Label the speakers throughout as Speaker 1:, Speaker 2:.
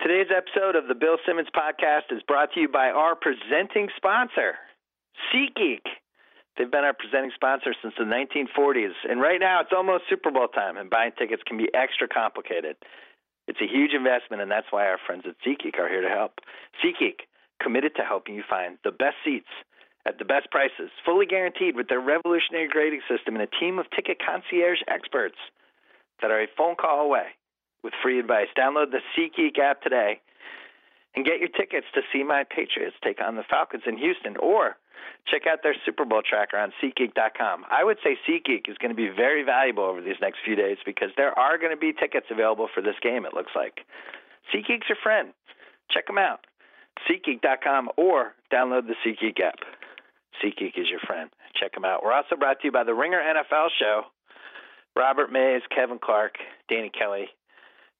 Speaker 1: Today's episode of the Bill Simmons podcast is brought to you by our presenting sponsor, SeatGeek. They've been our presenting sponsor since the 1940s, and right now it's almost Super Bowl time, and buying tickets can be extra complicated. It's a huge investment, and that's why our friends at SeatGeek are here to help. SeatGeek, committed to helping you find the best seats at the best prices, fully guaranteed with their revolutionary grading system and a team of ticket concierge experts that are a phone call away with free advice. Download the SeatGeek app today and get your tickets to see my Patriots take on the Falcons in Houston or check out their Super Bowl tracker on SeatGeek.com. I would say SeatGeek is going to be very valuable over these next few days because there are going to be tickets available for this game, it looks like. SeatGeek's your friend. Check them out. SeatGeek.com or download the SeatGeek app. SeatGeek is your friend. Check them out. We're also brought to you by the Ringer NFL Show. Robert Mays, Kevin Clark, Danny Kelly,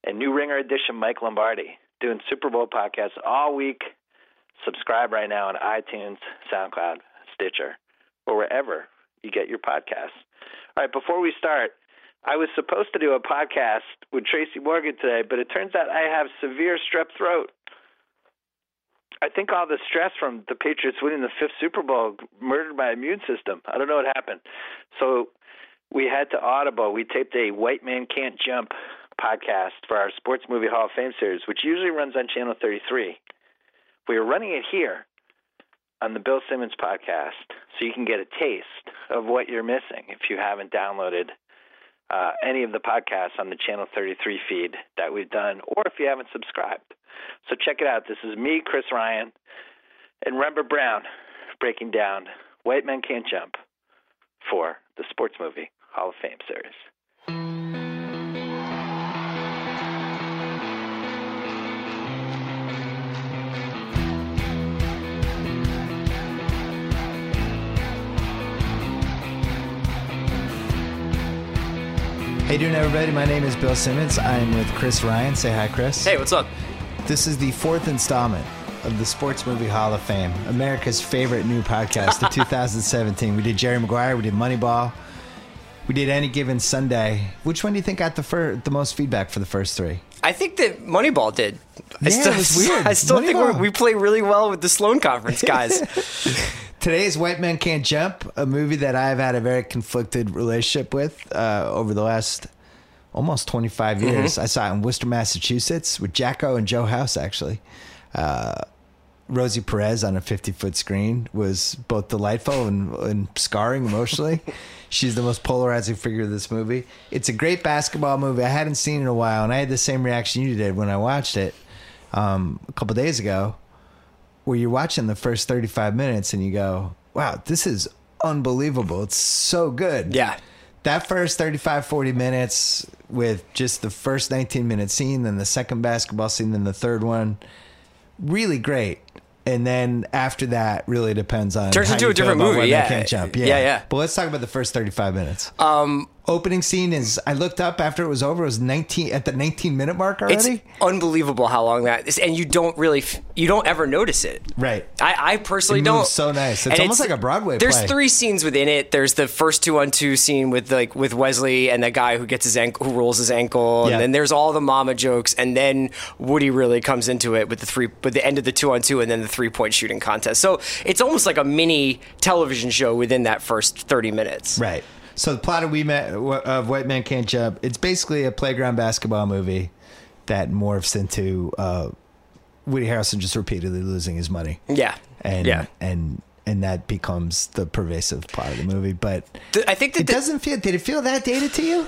Speaker 1: and new Ringer edition Mike Lombardi doing Super Bowl podcasts all week. Subscribe right now on iTunes, SoundCloud, Stitcher, or wherever you get your podcasts. All right, before we start, I was supposed to do a podcast with Tracy Morgan today, but it turns out I have severe strep throat. I think all the stress from the Patriots winning the fifth Super Bowl murdered my immune system. I don't know what happened. So we had to audible. We taped a White Man Can't Jump podcast for our Sports Movie Hall of Fame series, which usually runs on Channel 33. We are running it here on the Bill Simmons podcast so you can get a taste of what you're missing if you haven't downloaded uh, any of the podcasts on the Channel 33 feed that we've done, or if you haven't subscribed. So check it out. This is me, Chris Ryan, and Rember Brown breaking down White Men Can't Jump for the Sports Movie Hall of Fame series.
Speaker 2: Hey, doing everybody. My name is Bill Simmons. I'm with Chris Ryan. Say hi, Chris.
Speaker 3: Hey, what's up?
Speaker 2: This is the fourth installment of the Sports Movie Hall of Fame, America's favorite new podcast of 2017. We did Jerry Maguire. We did Moneyball. We did Any Given Sunday. Which one do you think got the fir- the most feedback for the first three?
Speaker 3: I think that Moneyball did.
Speaker 2: Yeah,
Speaker 3: I
Speaker 2: it
Speaker 3: still,
Speaker 2: was weird.
Speaker 3: I still think we're,
Speaker 2: Moneyball.
Speaker 3: we play really well with the Sloan Conference guys.
Speaker 2: Today's White Men Can't Jump, a movie that I've had a very conflicted relationship with uh, over the last almost 25 years. I saw it in Worcester, Massachusetts with Jacko and Joe House, actually. Uh, Rosie Perez on a 50 foot screen was both delightful and, and scarring emotionally. She's the most polarizing figure of this movie. It's a great basketball movie I hadn't seen in a while, and I had the same reaction you did when I watched it um, a couple days ago where you're watching the first 35 minutes and you go, wow, this is unbelievable. It's so good.
Speaker 3: Yeah.
Speaker 2: That first 35, 40 minutes with just the first 19 minute scene, then the second basketball scene, then the third one, really great. And then after that, really depends on
Speaker 3: Turns
Speaker 2: how
Speaker 3: into
Speaker 2: you
Speaker 3: a different
Speaker 2: feel about White
Speaker 3: movie,
Speaker 2: Man
Speaker 3: yeah.
Speaker 2: can't jump. Yeah.
Speaker 3: Yeah, yeah. Um,
Speaker 2: But let's talk about the first 35 minutes. Opening scene is I looked up after it was over. It was 19 at the 19 minute mark
Speaker 3: It's
Speaker 2: already.
Speaker 3: unbelievable how long that is, and you don't really, f- you don't ever notice it.
Speaker 2: Right.
Speaker 3: I, I personally
Speaker 2: It
Speaker 3: don't.
Speaker 2: moves so nice. It's
Speaker 3: And
Speaker 2: almost like a Broadway
Speaker 3: There's
Speaker 2: play.
Speaker 3: three scenes within it. There's the first two on two scene with like with Wesley and the guy who gets his ankle, who rolls his ankle,
Speaker 2: Yeah.
Speaker 3: and then there's all the mama jokes, and then Woody really comes into it with the three, with the end of the two on two, and then the three point shooting contest. So it's almost like a mini television show within that first thirty minutes.
Speaker 2: Right. So the plot of We Met of White Man Can't Jump. It's basically a playground basketball movie that morphs into uh, Woody Harrelson just repeatedly losing his money,
Speaker 3: Yeah.
Speaker 2: and
Speaker 3: yeah.
Speaker 2: and and that becomes the pervasive plot of the movie. But
Speaker 3: Th- I think that
Speaker 2: it
Speaker 3: the-
Speaker 2: doesn't feel. Did it feel that dated to you?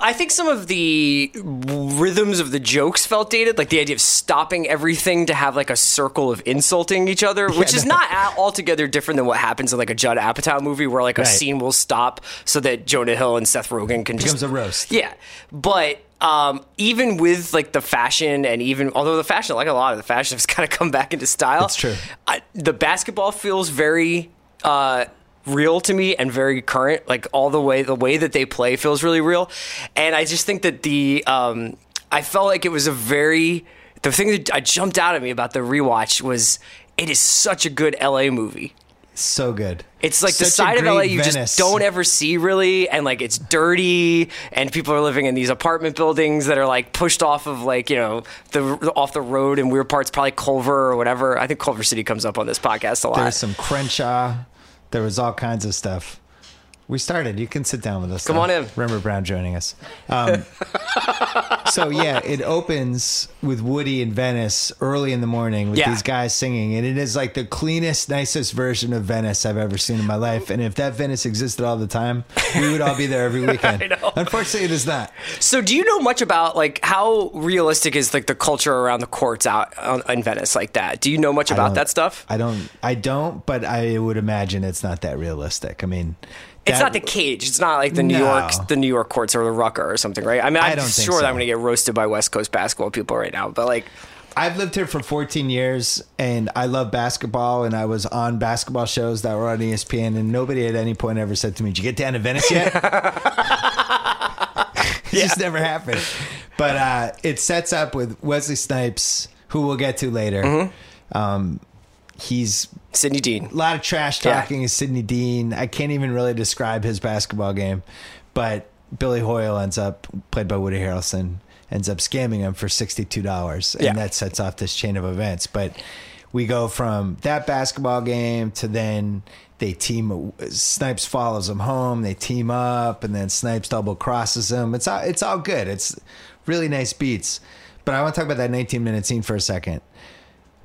Speaker 3: I think some of the rhythms of the jokes felt dated, like the idea of stopping everything to have like a circle of insulting each other, which is not at- altogether different than what happens in like a Judd Apatow movie, where like a
Speaker 2: Right.
Speaker 3: scene will stop so that Jonah Hill and Seth Rogen can
Speaker 2: Becomes
Speaker 3: just
Speaker 2: a roast.
Speaker 3: Yeah, but. Um, even with like the fashion and even although the fashion like a lot of the fashion has kind of come back into style
Speaker 2: It's true.
Speaker 3: I, the basketball feels very uh, real to me and very current. Like all the way the way that they play feels really real, and I just think that the um, I felt like it was a very the thing that I jumped out at me about the rewatch was it is such a good LA movie.
Speaker 2: So good.
Speaker 3: It's like the
Speaker 2: Such a
Speaker 3: side of
Speaker 2: great
Speaker 3: LA you
Speaker 2: Venice.
Speaker 3: just don't ever see really, and like it's dirty, and people are living in these apartment buildings that are like pushed off of like you know the off the road in weird parts, probably Culver or whatever. I think Culver City comes up on this podcast a lot.
Speaker 2: There was some Crenshaw. There was all kinds of stuff. We started. You can sit down with us.
Speaker 3: Come
Speaker 2: now.
Speaker 3: on in.
Speaker 2: Remember Brown joining us. Um, so yeah, it opens with Woody in Venice early in the morning with
Speaker 3: Yeah.
Speaker 2: these guys singing, and it is like the cleanest, nicest version of Venice I've ever seen in my life. And if that Venice existed all the time, we would all be there every weekend.
Speaker 3: I know.
Speaker 2: Unfortunately, it is not.
Speaker 3: So, do you know much about like how realistic is like the culture around the courts out on, in Venice like that? Do you know much about
Speaker 2: don't-
Speaker 3: that stuff?
Speaker 2: I don't. I don't. But I would imagine it's not that realistic. I mean,
Speaker 3: it's
Speaker 2: that-
Speaker 3: not the cage. It's not like the New
Speaker 2: No.
Speaker 3: York, the New York courts or the Rucker or something, right? I mean, I'm
Speaker 2: I don't think
Speaker 3: sure that
Speaker 2: so.
Speaker 3: I'm going to get roasted by West Coast basketball people right now, but like,
Speaker 2: I've lived here for 14 years and I love basketball and I was on basketball shows that were on E ESPN and nobody at any point ever said to me, "Did you get down to Venice yet?" it just never happened. But uh, it sets up with Wesley Snipes, who we'll get to later. Um, he's
Speaker 3: Sidney Dean.
Speaker 2: a lot of trash
Speaker 3: Yeah.
Speaker 2: talking is Sidney Dean. I can't even really describe his basketball game, but Billy Hoyle ends up played by Woody Harrelson ends up scamming him for sixty two dollars, and
Speaker 3: Yeah.
Speaker 2: that sets off this chain of events. But we go from that basketball game to then they team. Snipes follows him home. They team up, and then Snipes double crosses him. It's all it's all good. It's really nice beats. But I want to talk about that nineteen minute scene for a second.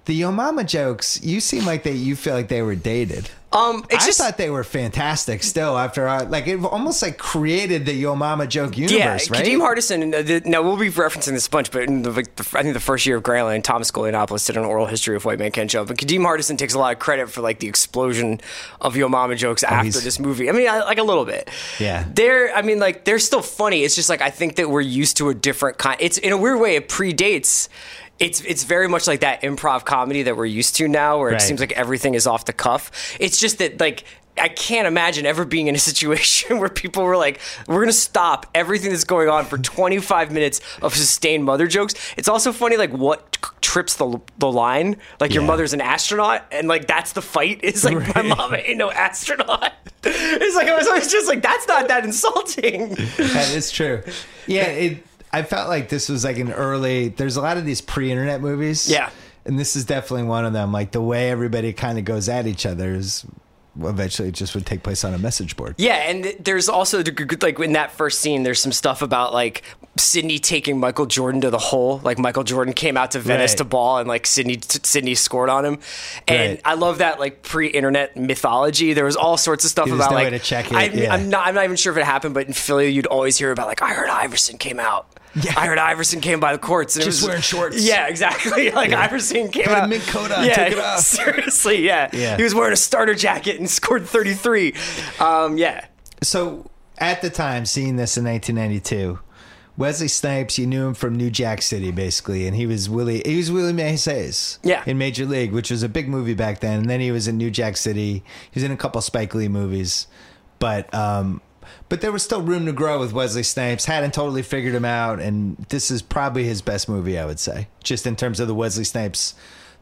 Speaker 2: The Yo Mama jokes, you seem like they, you feel like they were dated.
Speaker 3: Um, it's
Speaker 2: I
Speaker 3: just
Speaker 2: thought they were fantastic still after our, like it almost like created the Yo Mama joke universe,
Speaker 3: yeah,
Speaker 2: right?
Speaker 3: Kadeem Hardison. uh, the- Now we'll be referencing this a bunch, but in the, like, the, I think the first year of Grantland, Tom Scolianopoulos did an oral history of White Man Can't Jump, and Kadeem Hardison takes a lot of credit for like the explosion of Yo Mama jokes after
Speaker 2: Oh, he's-
Speaker 3: this movie. I mean, I, like a little bit.
Speaker 2: Yeah.
Speaker 3: they're. I mean, like they're still funny. It's just like I think that we're used to a different kind. It's in a weird way. It predates. It's it's very much like that improv comedy that we're used to now, where
Speaker 2: Right.
Speaker 3: it seems like everything is off the cuff. It's just that like I can't imagine ever being in a situation where people were like, "We're gonna stop everything that's going on for 25 minutes of sustained mother jokes." It's also funny like what c- trips the the line. Like your
Speaker 2: Yeah.
Speaker 3: mother's an astronaut, and like that's the fight. Is like my mom ain't no astronaut. It's like I was always just like that's not that insulting.
Speaker 2: that is true. Yeah, it. I felt like this was like an early. There's a lot of these pre-internet movies.
Speaker 3: Yeah.
Speaker 2: and this is definitely one of them. Like the way everybody kind of goes at each other is eventually just would take place on a message board.
Speaker 3: Yeah, and th- there's also the g- g- like in that first scene, there's some stuff about like Sydney taking Michael Jordan to the hole. Like Michael Jordan came out to Venice
Speaker 2: Right.
Speaker 3: to ball, and like Sydney t- Sydney scored on him. And
Speaker 2: Right.
Speaker 3: I love that like pre-internet mythology. There was all sorts of stuff
Speaker 2: Yeah, there's
Speaker 3: about
Speaker 2: no
Speaker 3: like
Speaker 2: way to check it,
Speaker 3: I,
Speaker 2: yeah.
Speaker 3: I'm not I'm not even sure if it happened, but in Philly, you'd always hear about like I heard Iverson came out.
Speaker 2: Yeah.
Speaker 3: I heard Iverson came by the courts. And it
Speaker 2: Just
Speaker 3: was-
Speaker 2: wearing shorts.
Speaker 3: Yeah, exactly. Like Iverson came
Speaker 2: Put a
Speaker 3: out.
Speaker 2: mink coat on, took it off.
Speaker 3: Seriously, yeah.
Speaker 2: Yeah.
Speaker 3: He was wearing a starter jacket and scored 33. Um, yeah.
Speaker 2: so at the time seeing this in 1992 Wesley Snipes, you knew him from New Jack City, basically, and he was Willie. He was Willie Mays,
Speaker 3: Yeah.
Speaker 2: in Major League, which was a big movie back then. And then he was in New Jack City. He was in a couple Spike Lee movies, but um, but there was still room to grow with Wesley Snipes. Hadn't totally figured him out, and this is probably his best movie, I would say, just in terms of the Wesley Snipes,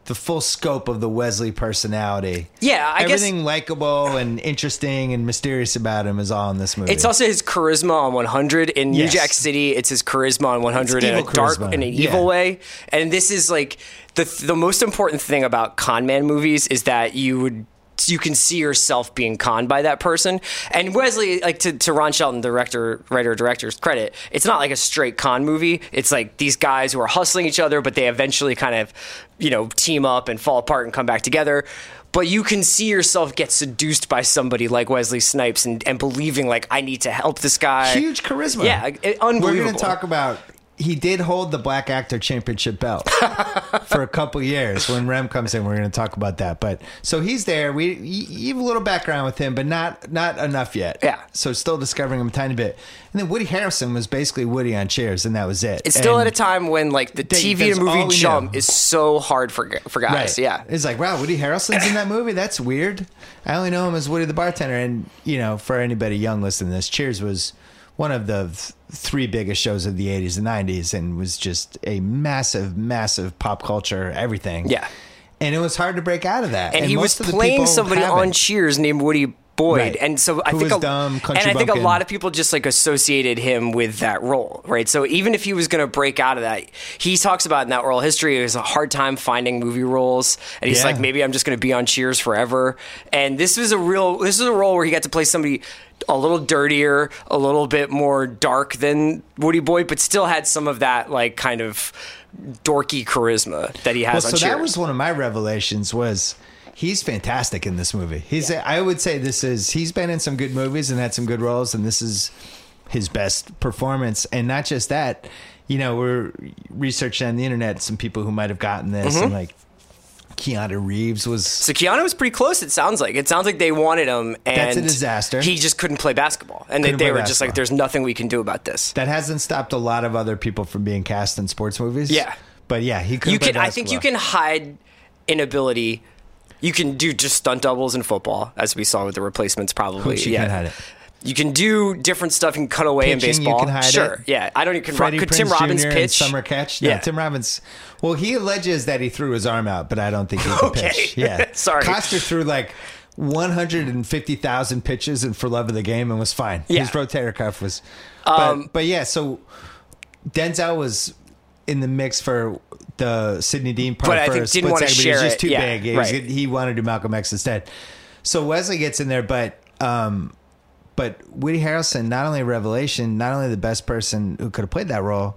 Speaker 2: the full scope of the Wesley personality.
Speaker 3: Yeah, I guess-
Speaker 2: everything likable and interesting and mysterious about him is all in this movie.
Speaker 3: It's also his charisma on 100 in New
Speaker 2: Yes.
Speaker 3: Jack City. It's his charisma on 100 in a
Speaker 2: evil
Speaker 3: dark,
Speaker 2: charisma.
Speaker 3: in an
Speaker 2: Yeah.
Speaker 3: evil way. And this is like the the most important thing about con man movies is that you would you can see yourself being conned by that person. And Wesley, like to, to Ron Shelton, director, writer, director's credit, it's not like a straight con movie. It's like these guys who are hustling each other, but they eventually kind of, you know, team up and fall apart and come back together but you can see yourself get seduced by somebody like Wesley Snipes and, and believing like I need to help this guy.
Speaker 2: huge charisma.
Speaker 3: Yeah, it- unbelievable.
Speaker 2: We're going to talk about. He did hold the Black Actor Championship belt for a couple years. When Rem comes in, we're going to talk about that. But so he's there. We you you have a little background with him, but not not enough yet.
Speaker 3: Yeah.
Speaker 2: So still discovering him a tiny bit. And then Woody Harrison was basically Woody on Cheers, and that was it.
Speaker 3: It's still
Speaker 2: And-
Speaker 3: at a time when like the TV
Speaker 2: that's
Speaker 3: to
Speaker 2: all
Speaker 3: movie
Speaker 2: we
Speaker 3: jump
Speaker 2: know.
Speaker 3: is so hard for for guys. Yeah.
Speaker 2: It's like, wow, Woody Harrelson's in that movie? That's weird. I only know him as Woody the bartender. And, you know, for anybody young listening to this, Cheers was one of the th- three biggest shows of the 80s and 90s and was just a massive, massive pop culture everything.
Speaker 3: Yeah.
Speaker 2: and it was hard to break out of that.
Speaker 3: and, he was
Speaker 2: most of the
Speaker 3: playing
Speaker 2: people
Speaker 3: somebody
Speaker 2: haven't.
Speaker 3: on Cheers named Woody Boyd,
Speaker 2: Right.
Speaker 3: and so I
Speaker 2: Who
Speaker 3: think
Speaker 2: was
Speaker 3: a,
Speaker 2: dumb,
Speaker 3: and
Speaker 2: country
Speaker 3: I think a
Speaker 2: bumpkin.
Speaker 3: lot of people just like associated him with that role, right? So even if he was going to break out of that, he talks about in that oral history it was a hard time finding movie roles, and he's
Speaker 2: Yeah.
Speaker 3: like, maybe I'm just going to be on Cheers forever. And this was a real, this is a role where he got to play somebody. A little dirtier, a little bit more dark than Woody Boyd, but still had some of that like kind of dorky charisma that he has
Speaker 2: Well, so
Speaker 3: on Cheers.
Speaker 2: that was one of my revelations was he's fantastic in this movie. He's I would say this is he's been in some good movies and had some good roles and this is his best performance and not just that, you know, we're researching on the internet some people who might have gotten this
Speaker 3: Mm-hmm.
Speaker 2: and like Keanu Reeves was
Speaker 3: So Keanu was pretty close. It sounds like it sounds like they wanted him, and
Speaker 2: That's a disaster.
Speaker 3: He just couldn't play basketball, and they,
Speaker 2: Couldn't
Speaker 3: they
Speaker 2: play
Speaker 3: were just like,
Speaker 2: basketball.
Speaker 3: "There's nothing we can do about this."
Speaker 2: that hasn't stopped a lot of other people from being cast in sports movies.
Speaker 3: Yeah.
Speaker 2: But yeah, he could
Speaker 3: You can, I think, you can hide inability. You can do just stunt doubles in football, as we saw with the replacements. Probably,
Speaker 2: Hoops, you
Speaker 3: yeah.
Speaker 2: can hide it.
Speaker 3: You can do different stuff. You can cut away in
Speaker 2: Pitching, you
Speaker 3: baseball.
Speaker 2: can hide
Speaker 3: sure,
Speaker 2: it.
Speaker 3: yeah. I don't even. Could, Ro-
Speaker 2: Freddie
Speaker 3: could
Speaker 2: Prinze
Speaker 3: Tim Robbins
Speaker 2: Jr. and
Speaker 3: pitch?
Speaker 2: summer catch? No,
Speaker 3: Yeah.
Speaker 2: Tim Robbins. Well, he alleges that he threw his arm out, but I don't think he could
Speaker 3: Okay.
Speaker 2: pitch. Yeah,
Speaker 3: Sorry.
Speaker 2: Coster threw like. 150,000 pitches and for love of the game and was fine.
Speaker 3: Yeah. Um,
Speaker 2: His rotator cuff was. But, but yeah, so Denzel was in the mix for the Sydney Dean part
Speaker 3: But I
Speaker 2: for
Speaker 3: think
Speaker 2: a
Speaker 3: didn't
Speaker 2: split
Speaker 3: wanna
Speaker 2: second, but he was
Speaker 3: share
Speaker 2: just
Speaker 3: it.
Speaker 2: too
Speaker 3: Yeah,
Speaker 2: big. He, was-
Speaker 3: right.
Speaker 2: he wanted to do Malcolm X instead. So Wesley gets in there, but um, but Woody Harrelson, not only a revelation, not only the best person who could have played that role,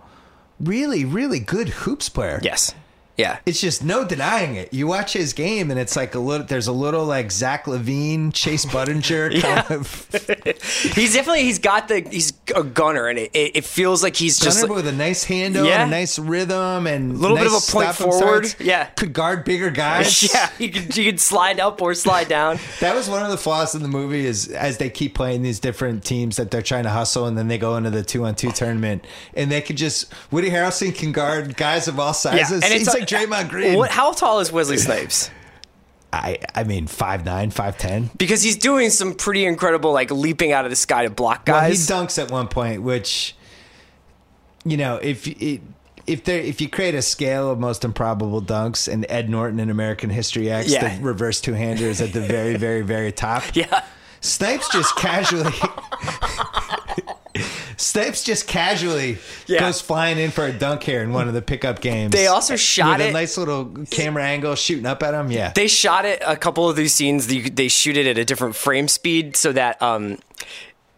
Speaker 2: really, really good hoops player.
Speaker 3: Yes, yeah.
Speaker 2: It's just no denying it. You watch his game, and it's like a little. There's a little like Zach Levine, Chase Budinger kind of
Speaker 3: He's definitely he's got the he's a gunner, and it, it, it feels like he's just
Speaker 2: Gunner
Speaker 3: like-
Speaker 2: with a nice handle,
Speaker 3: Yeah.
Speaker 2: and a nice rhythm, and a
Speaker 3: Little bit of a point forward. Yeah.
Speaker 2: could guard bigger guys.
Speaker 3: yeah. You could you could slide up or slide down.
Speaker 2: That was one of the flaws in the movie is as they keep playing these different teams that they're trying to hustle and then they go into the two on two tournament and they could just Woody Harrelson can guard guys of all sizes. He's like Draymond Green.
Speaker 3: What, how tall is Wesley Snipes?
Speaker 2: I I mean five nine, five ten.
Speaker 3: Because he's doing some pretty incredible, like leaping out of the sky to block guys.
Speaker 2: Well, he dunks at one point, which you know, if it, if there if you create a scale of most improbable dunks and Ed Norton in American History X,
Speaker 3: Yeah.
Speaker 2: the reverse two hander is at the very, very, very top.
Speaker 3: yeah,
Speaker 2: Snipes just casually. Snipes just casually
Speaker 3: Yeah.
Speaker 2: goes flying in for a dunk here in one of the pickup games.
Speaker 3: They also shot
Speaker 2: with
Speaker 3: it-
Speaker 2: a nice little camera angle shooting up at him. Yeah,
Speaker 3: they shot it a couple of these scenes. They, they shoot it at a different frame speed so that um,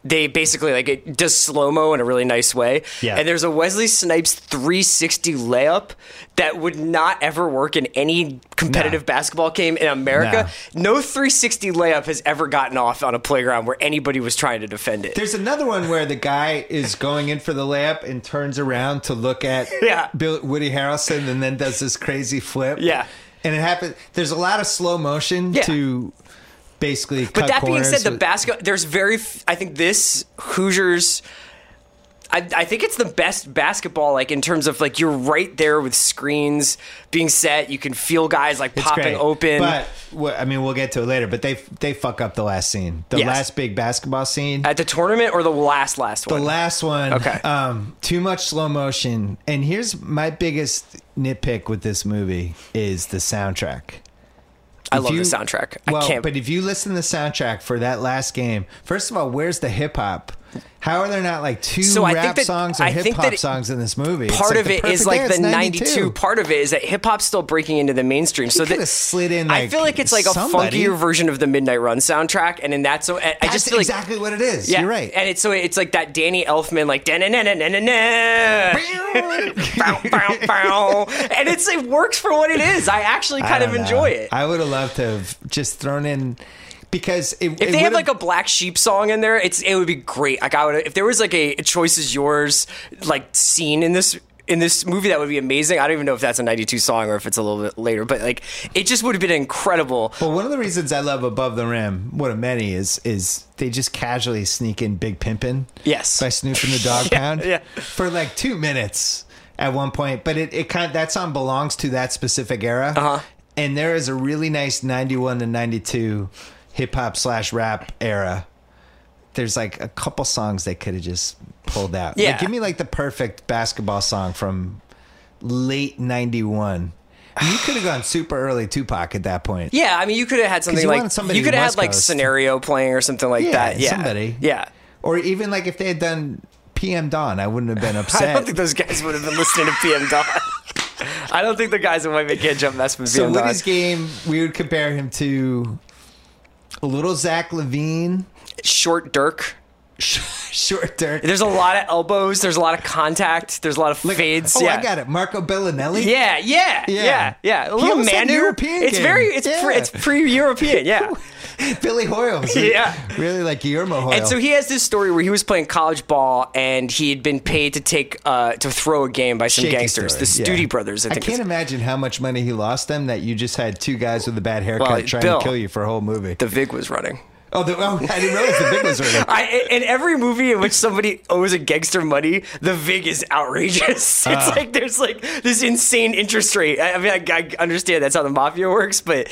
Speaker 3: they basically like it does slow mo in a really nice way.
Speaker 2: Yeah.
Speaker 3: And there's a Wesley Snipes 360 layup that would not ever work in any competitive
Speaker 2: No.
Speaker 3: basketball game in America. No 360 layup has ever gotten off on a playground where anybody was trying to defend it.
Speaker 2: There's another one where the guy is going in for the layup and turns around to look at
Speaker 3: Yeah.
Speaker 2: Bill, Woody Harrelson and then does this crazy flip.
Speaker 3: Yeah.
Speaker 2: And it happens. There's a lot of slow motion
Speaker 3: Yeah.
Speaker 2: to basically.
Speaker 3: But
Speaker 2: cut
Speaker 3: that being said,
Speaker 2: corners
Speaker 3: the
Speaker 2: with-
Speaker 3: basket there's very. f- I think this Hoosiers. I, I think it's the best basketball, like in terms of like you're right there with screens being set. You can feel guys like
Speaker 2: It's
Speaker 3: popping
Speaker 2: great.
Speaker 3: open.
Speaker 2: But well, I mean, we'll get to it later. But they they fuck up the last scene, the
Speaker 3: Yes.
Speaker 2: last big basketball scene,
Speaker 3: at the tournament or the last last
Speaker 2: the
Speaker 3: one.
Speaker 2: last one.
Speaker 3: Okay.
Speaker 2: um, too much slow motion. And here's my biggest nitpick with this movie is the soundtrack.
Speaker 3: I
Speaker 2: if
Speaker 3: love
Speaker 2: you-
Speaker 3: the soundtrack.
Speaker 2: Well,
Speaker 3: I can't.
Speaker 2: but if you listen to the soundtrack for that last game, first of all, where's the hip hop? How are there not like two
Speaker 3: So I
Speaker 2: rap
Speaker 3: think that-
Speaker 2: songs or
Speaker 3: I think
Speaker 2: hip hop
Speaker 3: that
Speaker 2: songs in this movie? It's
Speaker 3: part
Speaker 2: like
Speaker 3: of
Speaker 2: the
Speaker 3: it is
Speaker 2: perfect- yeah,
Speaker 3: like
Speaker 2: it's
Speaker 3: the 92. part of it is that hip hop's still breaking into the mainstream so
Speaker 2: coulda
Speaker 3: that
Speaker 2: slid in,
Speaker 3: i
Speaker 2: like,
Speaker 3: feel like it's like
Speaker 2: somebody.
Speaker 3: a funkier version of the midnight run soundtrack and in that so i I
Speaker 2: That's
Speaker 3: just feel like
Speaker 2: exactly what it is. You're right.
Speaker 3: And it's so it's like that Danny Elfman like na na na na na na, and it's it works for what it is. I actually kind
Speaker 2: I
Speaker 3: of
Speaker 2: don't
Speaker 3: enjoy
Speaker 2: know.
Speaker 3: it.
Speaker 2: I would have loved to have just thrown in because it,
Speaker 3: if they had like a black sheep song in there, it's it would be great. Like I would if there was like a, choice is yours like scene in this in this movie that would be amazing. I don't even know if that's a 92 song or if it's a little bit later, but like it just would have been incredible.
Speaker 2: Well, one of the reasons I love Above the Rim, one of many, is is they just casually sneak in Big Pimpin'.
Speaker 3: Yes.
Speaker 2: by Snoop and the Dog Pound.
Speaker 3: yeah.
Speaker 2: for like two minutes at one point, but it, it kind of, that song belongs to that specific era.
Speaker 3: Uh-huh.
Speaker 2: And there is a really nice '91 to '92 hip hop slash rap era. There's like a couple songs they could have just pulled out. Like,
Speaker 3: Yeah.
Speaker 2: give me like the perfect basketball song from late 91 You could have gone super early Tupac at that point.
Speaker 3: Yeah, I mean, you could have had something
Speaker 2: you
Speaker 3: like
Speaker 2: wanted somebody
Speaker 3: you could have
Speaker 2: West
Speaker 3: had like
Speaker 2: Coast.
Speaker 3: scenario playing or something like
Speaker 2: Yeah,
Speaker 3: that. Yeah,
Speaker 2: somebody.
Speaker 3: Yeah,
Speaker 2: Or even like if they had done PM Dawn, I wouldn't have been
Speaker 3: I
Speaker 2: upset.
Speaker 3: don't think those guys would have been listening to PM Dawn. I don't think the guys in White Man Can't Jump mess with
Speaker 2: so
Speaker 3: PM Dawn.
Speaker 2: Woody's game, we would compare him to a little Zach Levine,
Speaker 3: Short Dirk.
Speaker 2: short dirt.
Speaker 3: There's a lot of elbows. There's a lot of contact. There's a lot of fades.
Speaker 2: oh,
Speaker 3: yeah.
Speaker 2: I got it. Marco Bellinelli.
Speaker 3: Yeah, yeah,
Speaker 2: Yeah.
Speaker 3: yeah, yeah, A
Speaker 2: He
Speaker 3: little
Speaker 2: almost had
Speaker 3: Manu.
Speaker 2: European
Speaker 3: it's
Speaker 2: game.
Speaker 3: very, it's pre,
Speaker 2: Yeah.
Speaker 3: it's pre-European. Yeah.
Speaker 2: Billy Hoyle.
Speaker 3: Yeah.
Speaker 2: Really like Guillermo Hoyle.
Speaker 3: And so he has this story where he was playing college ball and he had been paid to take uh, to throw a game by some
Speaker 2: Shaky
Speaker 3: gangsters,
Speaker 2: story.
Speaker 3: the Studi
Speaker 2: Yeah.
Speaker 3: brothers. I think.
Speaker 2: can't
Speaker 3: it's-
Speaker 2: imagine how much money he lost them that you just had two guys with a bad haircut
Speaker 3: Well,
Speaker 2: trying
Speaker 3: Bill-
Speaker 2: to kill you for a whole movie.
Speaker 3: the Vig was running.
Speaker 2: oh, the, oh, I didn't realize the big was right.
Speaker 3: I, in every movie in which somebody owes a gangster money, the vig is outrageous. It's like there's like this insane interest rate. I, I mean, I, I understand that's how the mafia works, but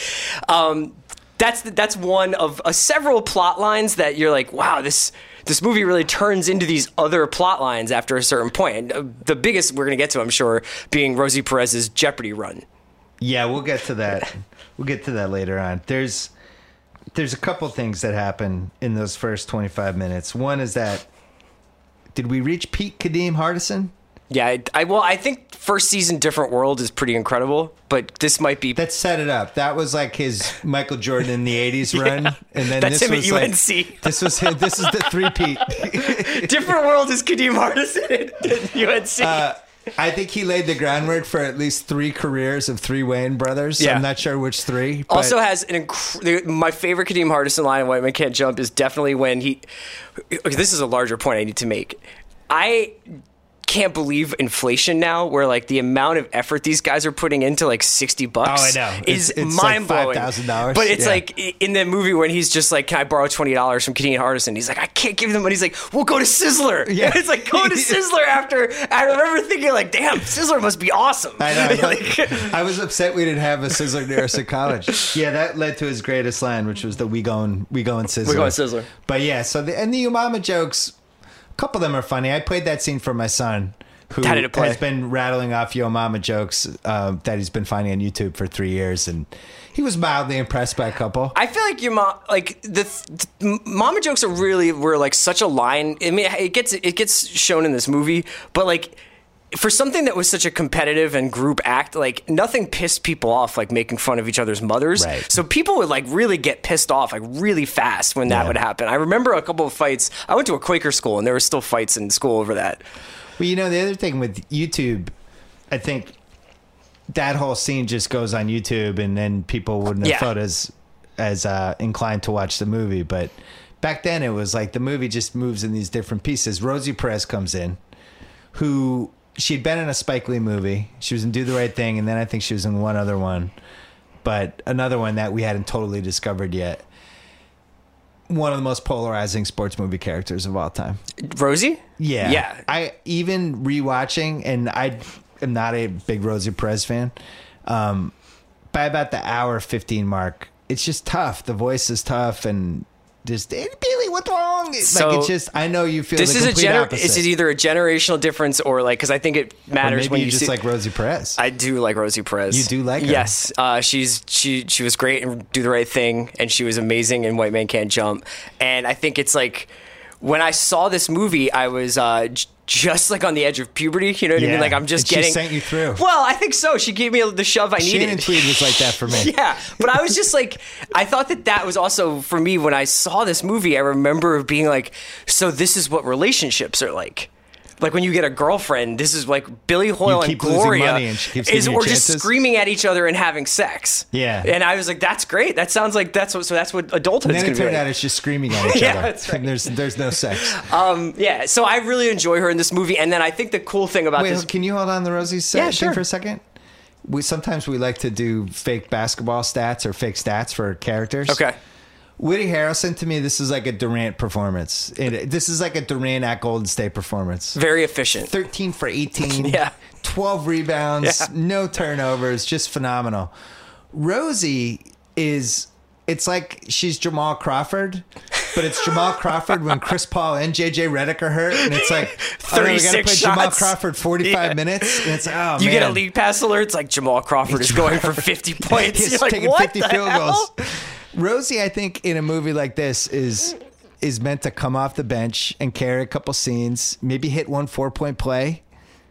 Speaker 3: um, that's that's one of uh, several plot lines that you're like, wow, this this movie really turns into these other plot lines after a certain point. And, uh, the biggest we're gonna get to, I'm sure, being Rosie Perez's Jeopardy run.
Speaker 2: Yeah, we'll get to that. We'll get to that later on. There's there's a couple things that happen in those first 25 minutes. One is that did we reach Pete Kadeem Hardison?
Speaker 3: Yeah, I, I well, I think first season Different World is pretty incredible, but this might be
Speaker 2: That set it up. That was like his Michael Jordan in the 80s run, and then
Speaker 3: That's
Speaker 2: this
Speaker 3: him at
Speaker 2: was like-
Speaker 3: UNC.
Speaker 2: this was him. This is the three Pete.
Speaker 3: Different world is Kadeem Hardison at UNC.
Speaker 2: Uh, I think he laid the groundwork for at least three careers of three Wayne brothers.
Speaker 3: Yeah.
Speaker 2: I'm not sure which three. but-
Speaker 3: also has an inc- my favorite Kadeem Hardison line in White Man Can't Jump is definitely when he. Okay, this is a larger point I need to make. I can't believe inflation now, where like the amount of effort these guys are putting into like sixty bucks.
Speaker 2: Oh, I know.
Speaker 3: is
Speaker 2: It's- it's like
Speaker 3: mind blowing.
Speaker 2: $5,000,
Speaker 3: But it's
Speaker 2: yeah.
Speaker 3: like i- in the movie when he's just like, "Can I borrow twenty dollars from Kadeem Hardison?" He's like, "I can't give them money." He's like, "We'll go to Sizzler."
Speaker 2: Yeah.
Speaker 3: it's like go to Sizzler after. I remember thinking like, "Damn, Sizzler must be awesome."
Speaker 2: I know. I
Speaker 3: Like-
Speaker 2: thought- I was upset we didn't have a Sizzler near us at college. Yeah, that led to his greatest line, which was the "We going, we going Sizzler."
Speaker 3: going Sizzler.
Speaker 2: But yeah, so the and the umama jokes, a couple of them are funny. I played that scene for my son, who
Speaker 3: How did it play?
Speaker 2: has been rattling off yo mama jokes uh, that he's been finding on YouTube for three years, and he was mildly impressed by a couple.
Speaker 3: I feel like your mom, like the, th- m mama jokes are really were like such a line. I mean, it gets it gets shown in this movie, but like for something that was such a competitive and group act, like nothing pissed people off like making fun of each other's mothers.
Speaker 2: Right.
Speaker 3: So people would like really get pissed off like really fast when that
Speaker 2: Yeah.
Speaker 3: would happen. I remember a couple of fights. I went to a Quaker school and there were still fights in school over that.
Speaker 2: Well, you know, the other thing with YouTube, I think that whole scene just goes on YouTube, and then people wouldn't have
Speaker 3: Yeah.
Speaker 2: felt as as uh, inclined to watch the movie. But back then, it was like the movie just moves in these different pieces. Rosie Perez comes in, who she'd been in a Spike Lee movie. She was in Do the Right Thing, and then I think she was in one other one, but another one that we hadn't totally discovered yet. One of the most polarizing sports movie characters of all time.
Speaker 3: Rosie?
Speaker 2: Yeah.
Speaker 3: Yeah.
Speaker 2: I even rewatching, and I am not a big Rosie Perez fan. Um, by about the hour 15 mark, it's just tough. The voice is tough and just, hey, Billy, what's wrong?
Speaker 3: So-
Speaker 2: like, it's just, I know you feel
Speaker 3: This
Speaker 2: the
Speaker 3: is a
Speaker 2: complete
Speaker 3: gener-
Speaker 2: opposite.
Speaker 3: This is either a generational difference or like because I think it
Speaker 2: Or
Speaker 3: matters
Speaker 2: maybe
Speaker 3: when
Speaker 2: you,
Speaker 3: you
Speaker 2: just
Speaker 3: see-
Speaker 2: like Rosie Perez.
Speaker 3: I do like Rosie Perez.
Speaker 2: You do like her?
Speaker 3: Yes, uh, she's she she was great and do the right thing, and she was amazing in White Man Can't Jump. And I think it's like when I saw this movie, I was uh, j- just like on the edge of puberty. You know what I
Speaker 2: Yeah.
Speaker 3: mean? Like I'm just
Speaker 2: And she
Speaker 3: getting
Speaker 2: sent you through.
Speaker 3: Well, I think so. She gave me the shove I
Speaker 2: Shannon
Speaker 3: needed.
Speaker 2: Tweed was like that for me.
Speaker 3: Yeah, but I was just like, I thought that that was also for me when I saw this movie. I remember being like, so this is what relationships are like. Like when you get a girlfriend, this is like Billy Hoyle and
Speaker 2: keep losing
Speaker 3: Gloria
Speaker 2: money and she keeps
Speaker 3: is
Speaker 2: giving you
Speaker 3: or just
Speaker 2: chances.
Speaker 3: screaming at each other and having sex.
Speaker 2: Yeah.
Speaker 3: and I was like, that's great. That sounds like that's what so that's what adulthood
Speaker 2: And
Speaker 3: is
Speaker 2: then it
Speaker 3: going to be.
Speaker 2: turned
Speaker 3: Like.
Speaker 2: out it's just screaming at each
Speaker 3: Yeah,
Speaker 2: other.
Speaker 3: that's right.
Speaker 2: And there's, there's no sex.
Speaker 3: um, yeah, so I really enjoy her in this movie, and then I think the cool thing about
Speaker 2: Wait,
Speaker 3: this.
Speaker 2: can you hold on the Rosie set
Speaker 3: Yeah,
Speaker 2: thing
Speaker 3: sure.
Speaker 2: for a second? We sometimes we like to do fake basketball stats or fake stats for characters.
Speaker 3: Okay.
Speaker 2: Woody Harrelson to me, this is like a Durant performance. It, this is like a Durant at Golden State performance.
Speaker 3: Very efficient.
Speaker 2: Thirteen for eighteen.
Speaker 3: Yeah.
Speaker 2: Twelve rebounds.
Speaker 3: Yeah.
Speaker 2: No turnovers. Just phenomenal. Rosie is. It's like she's Jamal Crawford, but it's Jamal Crawford when Chris Paul and JJ Redick are hurt, and it's like oh, we
Speaker 3: 36
Speaker 2: gotta play Jamal
Speaker 3: shots.
Speaker 2: Crawford forty five minutes, and it's oh
Speaker 3: You
Speaker 2: man.
Speaker 3: get a league pass alert. It's like Jamal Crawford is going for 50 points.
Speaker 2: He's
Speaker 3: You're like,
Speaker 2: taking
Speaker 3: what
Speaker 2: 50
Speaker 3: the
Speaker 2: field
Speaker 3: hell?
Speaker 2: goals. Rosie, I think in a movie like this is is meant to come off the bench and carry a couple scenes, maybe hit one four point play,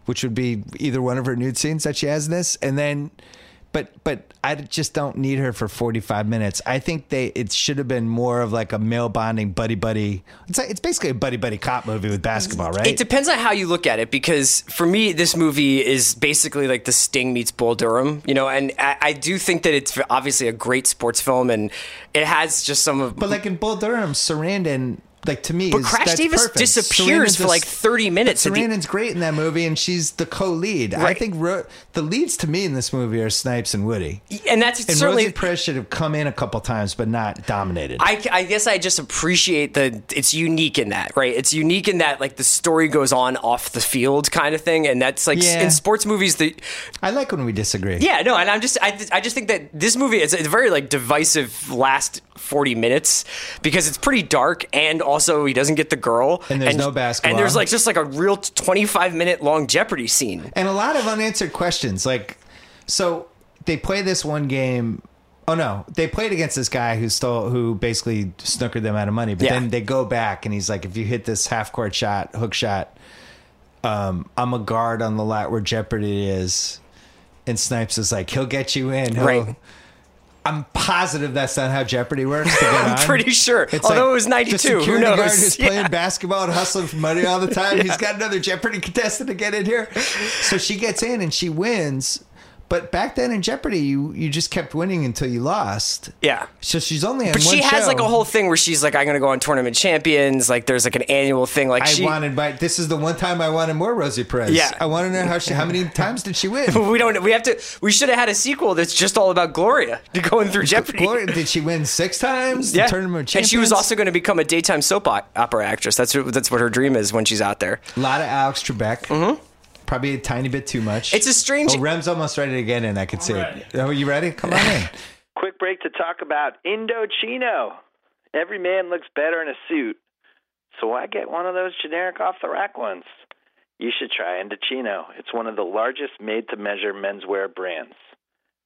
Speaker 2: which would be either one of her nude scenes that she has in this, and then. But but I just don't need her for forty five minutes. I think they it should have been more of like a male bonding buddy buddy. It's like, it's basically a buddy buddy cop movie with basketball, right?
Speaker 3: It depends on how you look at it because for me, this movie is basically like the Sting meets Bull Durham, you know. And I, I do think that it's obviously a great sports film, and it has just some of.
Speaker 2: but like in Bull Durham, Sarandon, like to me,
Speaker 3: But
Speaker 2: is,
Speaker 3: Crash
Speaker 2: that's
Speaker 3: Davis
Speaker 2: perfect.
Speaker 3: disappears
Speaker 2: Sarandon's
Speaker 3: for
Speaker 2: a-
Speaker 3: like 30 minutes. at the-
Speaker 2: Sarandon's great in that movie, and she's the co-lead. I
Speaker 3: Right.
Speaker 2: think Ro- the leads to me in this movie are Snipes and Woody.
Speaker 3: and that's
Speaker 2: And
Speaker 3: certainly.
Speaker 2: Rosie Perez should have come in a couple times, but not dominated.
Speaker 3: I, I guess I just appreciate the it's unique in that right. It's unique in that like the story goes on off the field kind of thing, and that's like
Speaker 2: Yeah.
Speaker 3: in sports movies the
Speaker 2: I like when we disagree.
Speaker 3: Yeah, no, and I'm just I, I just think that this movie it's a very like divisive last 40 minutes because it's pretty dark and also he doesn't get the girl
Speaker 2: And there's no basketball.
Speaker 3: and there's like just like a real 25 minute long Jeopardy scene.
Speaker 2: and a lot of unanswered questions. Like, so they play this one game. Oh no, they played against this guy who stole, who basically snookered them out of money. But
Speaker 3: Yeah.
Speaker 2: then they go back, and he's like, "If you hit this half court shot, hook shot, um, I'm a guard on the lot where Jeopardy is." And Snipes is like, "He'll get you in." He'll-
Speaker 3: Right.
Speaker 2: I'm positive that's not how Jeopardy works. To get
Speaker 3: I'm
Speaker 2: on.
Speaker 3: pretty sure.
Speaker 2: It's
Speaker 3: Although
Speaker 2: like
Speaker 3: it was
Speaker 2: the
Speaker 3: 92, who
Speaker 2: security
Speaker 3: knows?
Speaker 2: Guard who's
Speaker 3: Yeah.
Speaker 2: playing basketball and hustling for money all the time. He's got another Jeopardy contestant to get in here. So she gets in and she wins. But back then in Jeopardy, you you just kept winning until you lost.
Speaker 3: Yeah.
Speaker 2: So she's only on
Speaker 3: But
Speaker 2: one
Speaker 3: she has
Speaker 2: show.
Speaker 3: like a whole thing where she's like I'm going to go on tournament champions, like there's like an annual thing like
Speaker 2: I
Speaker 3: she
Speaker 2: wanted my. This is the one time I wanted more Rosie Perez.
Speaker 3: Yeah.
Speaker 2: I want to know how she. How many times did she win?
Speaker 3: we don't we have to we should have had a sequel that's just all about Gloria going through Jeopardy.
Speaker 2: Gloria, did she win six times? The
Speaker 3: Yeah.
Speaker 2: tournament of
Speaker 3: and she was
Speaker 2: champions?
Speaker 3: also going to become a daytime soap o- opera actress. That's what, that's what her dream is when she's out there.
Speaker 2: A lot of Alex Trebek. Probably a tiny bit too much.
Speaker 3: Mm-hmm. It's a strange-
Speaker 2: Oh, Rem's almost ready to get in. I can see it. Oh, you ready? Come on in.
Speaker 1: Quick break to talk about Indochino. Every man looks better in a suit, so why get one of those generic off the rack ones? You should try Indochino. It's one of the largest made to measure menswear brands.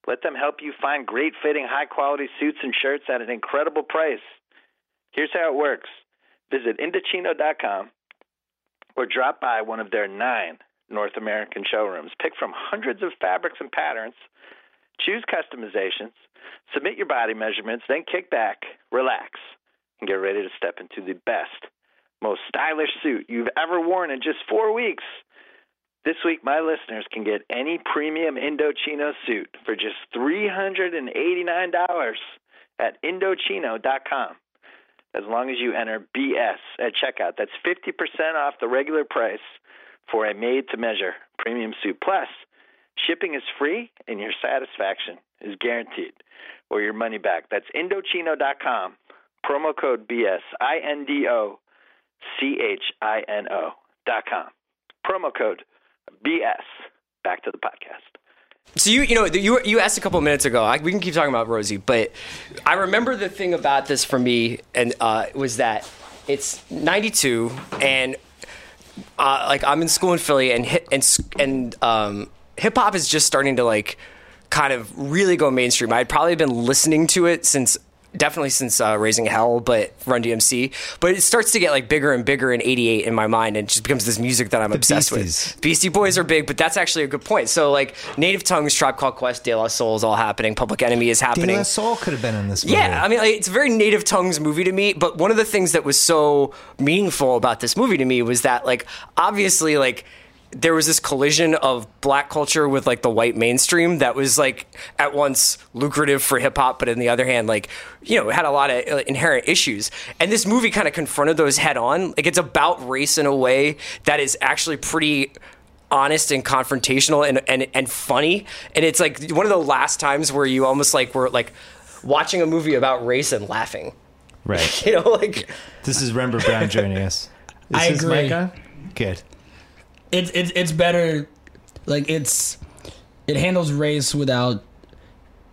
Speaker 1: Let them help you find great fitting, high quality suits and shirts at an incredible price. Here's how it works visit Indochino.com or drop by one of their nine North American showrooms. Pick from hundreds of fabrics and patterns. Choose customizations, submit your body measurements, then kick back, relax, and get ready to step into the best, most stylish suit you've ever worn in just four weeks. This week, my listeners can get any premium Indochino suit for just $389 at Indochino.com. As long as you enter BS at checkout, that's 50% off the regular price for a made to measure premium suit. Plus, Shipping is free and your satisfaction is guaranteed or your money back. That's Indochino.com, promo code BS, I N D O C H I N O.com. Promo code BS. Back to the podcast.
Speaker 3: So you you know you you asked a couple minutes ago. I, we can keep talking about Rosie, but I remember the thing about this for me and uh, was that it's '92 and uh, like I'm in school in Philly and hip, and s- and um, hip hop is just starting to like kind of really go mainstream. I'd probably been listening to it since definitely since uh, Raising Hell, but Run DMC. But it starts to get like bigger and bigger in '88 in my mind, and it just becomes this music that I'm obsessed
Speaker 2: Beasties.
Speaker 3: with. Beastie Boys are big, but that's actually a good point. So like Native Tongues, Tribe Called Quest, De La Soul is all happening. Public Enemy is
Speaker 2: De
Speaker 3: happening.
Speaker 2: La Soul could have been in this movie.
Speaker 3: Yeah, I mean, like, it's a very native tongues movie to me. But one of the things that was so meaningful about this movie to me was that, like, obviously, like. There was this collision of black culture with like the white mainstream that was like at once lucrative for hip hop, but on the other hand, like you know, it had a lot of uh, inherent issues. And this movie kind of confronted those head on. Like it's about race in a way that is actually pretty honest and confrontational and, and and funny. And it's like one of the last times where you almost like were like watching a movie about race and laughing.
Speaker 2: right.
Speaker 3: You know, like
Speaker 2: This is Rember Brown joining us. Is
Speaker 4: I
Speaker 2: his
Speaker 4: agree.
Speaker 2: mic on? Good.
Speaker 4: it's it's it's better like it's it handles race without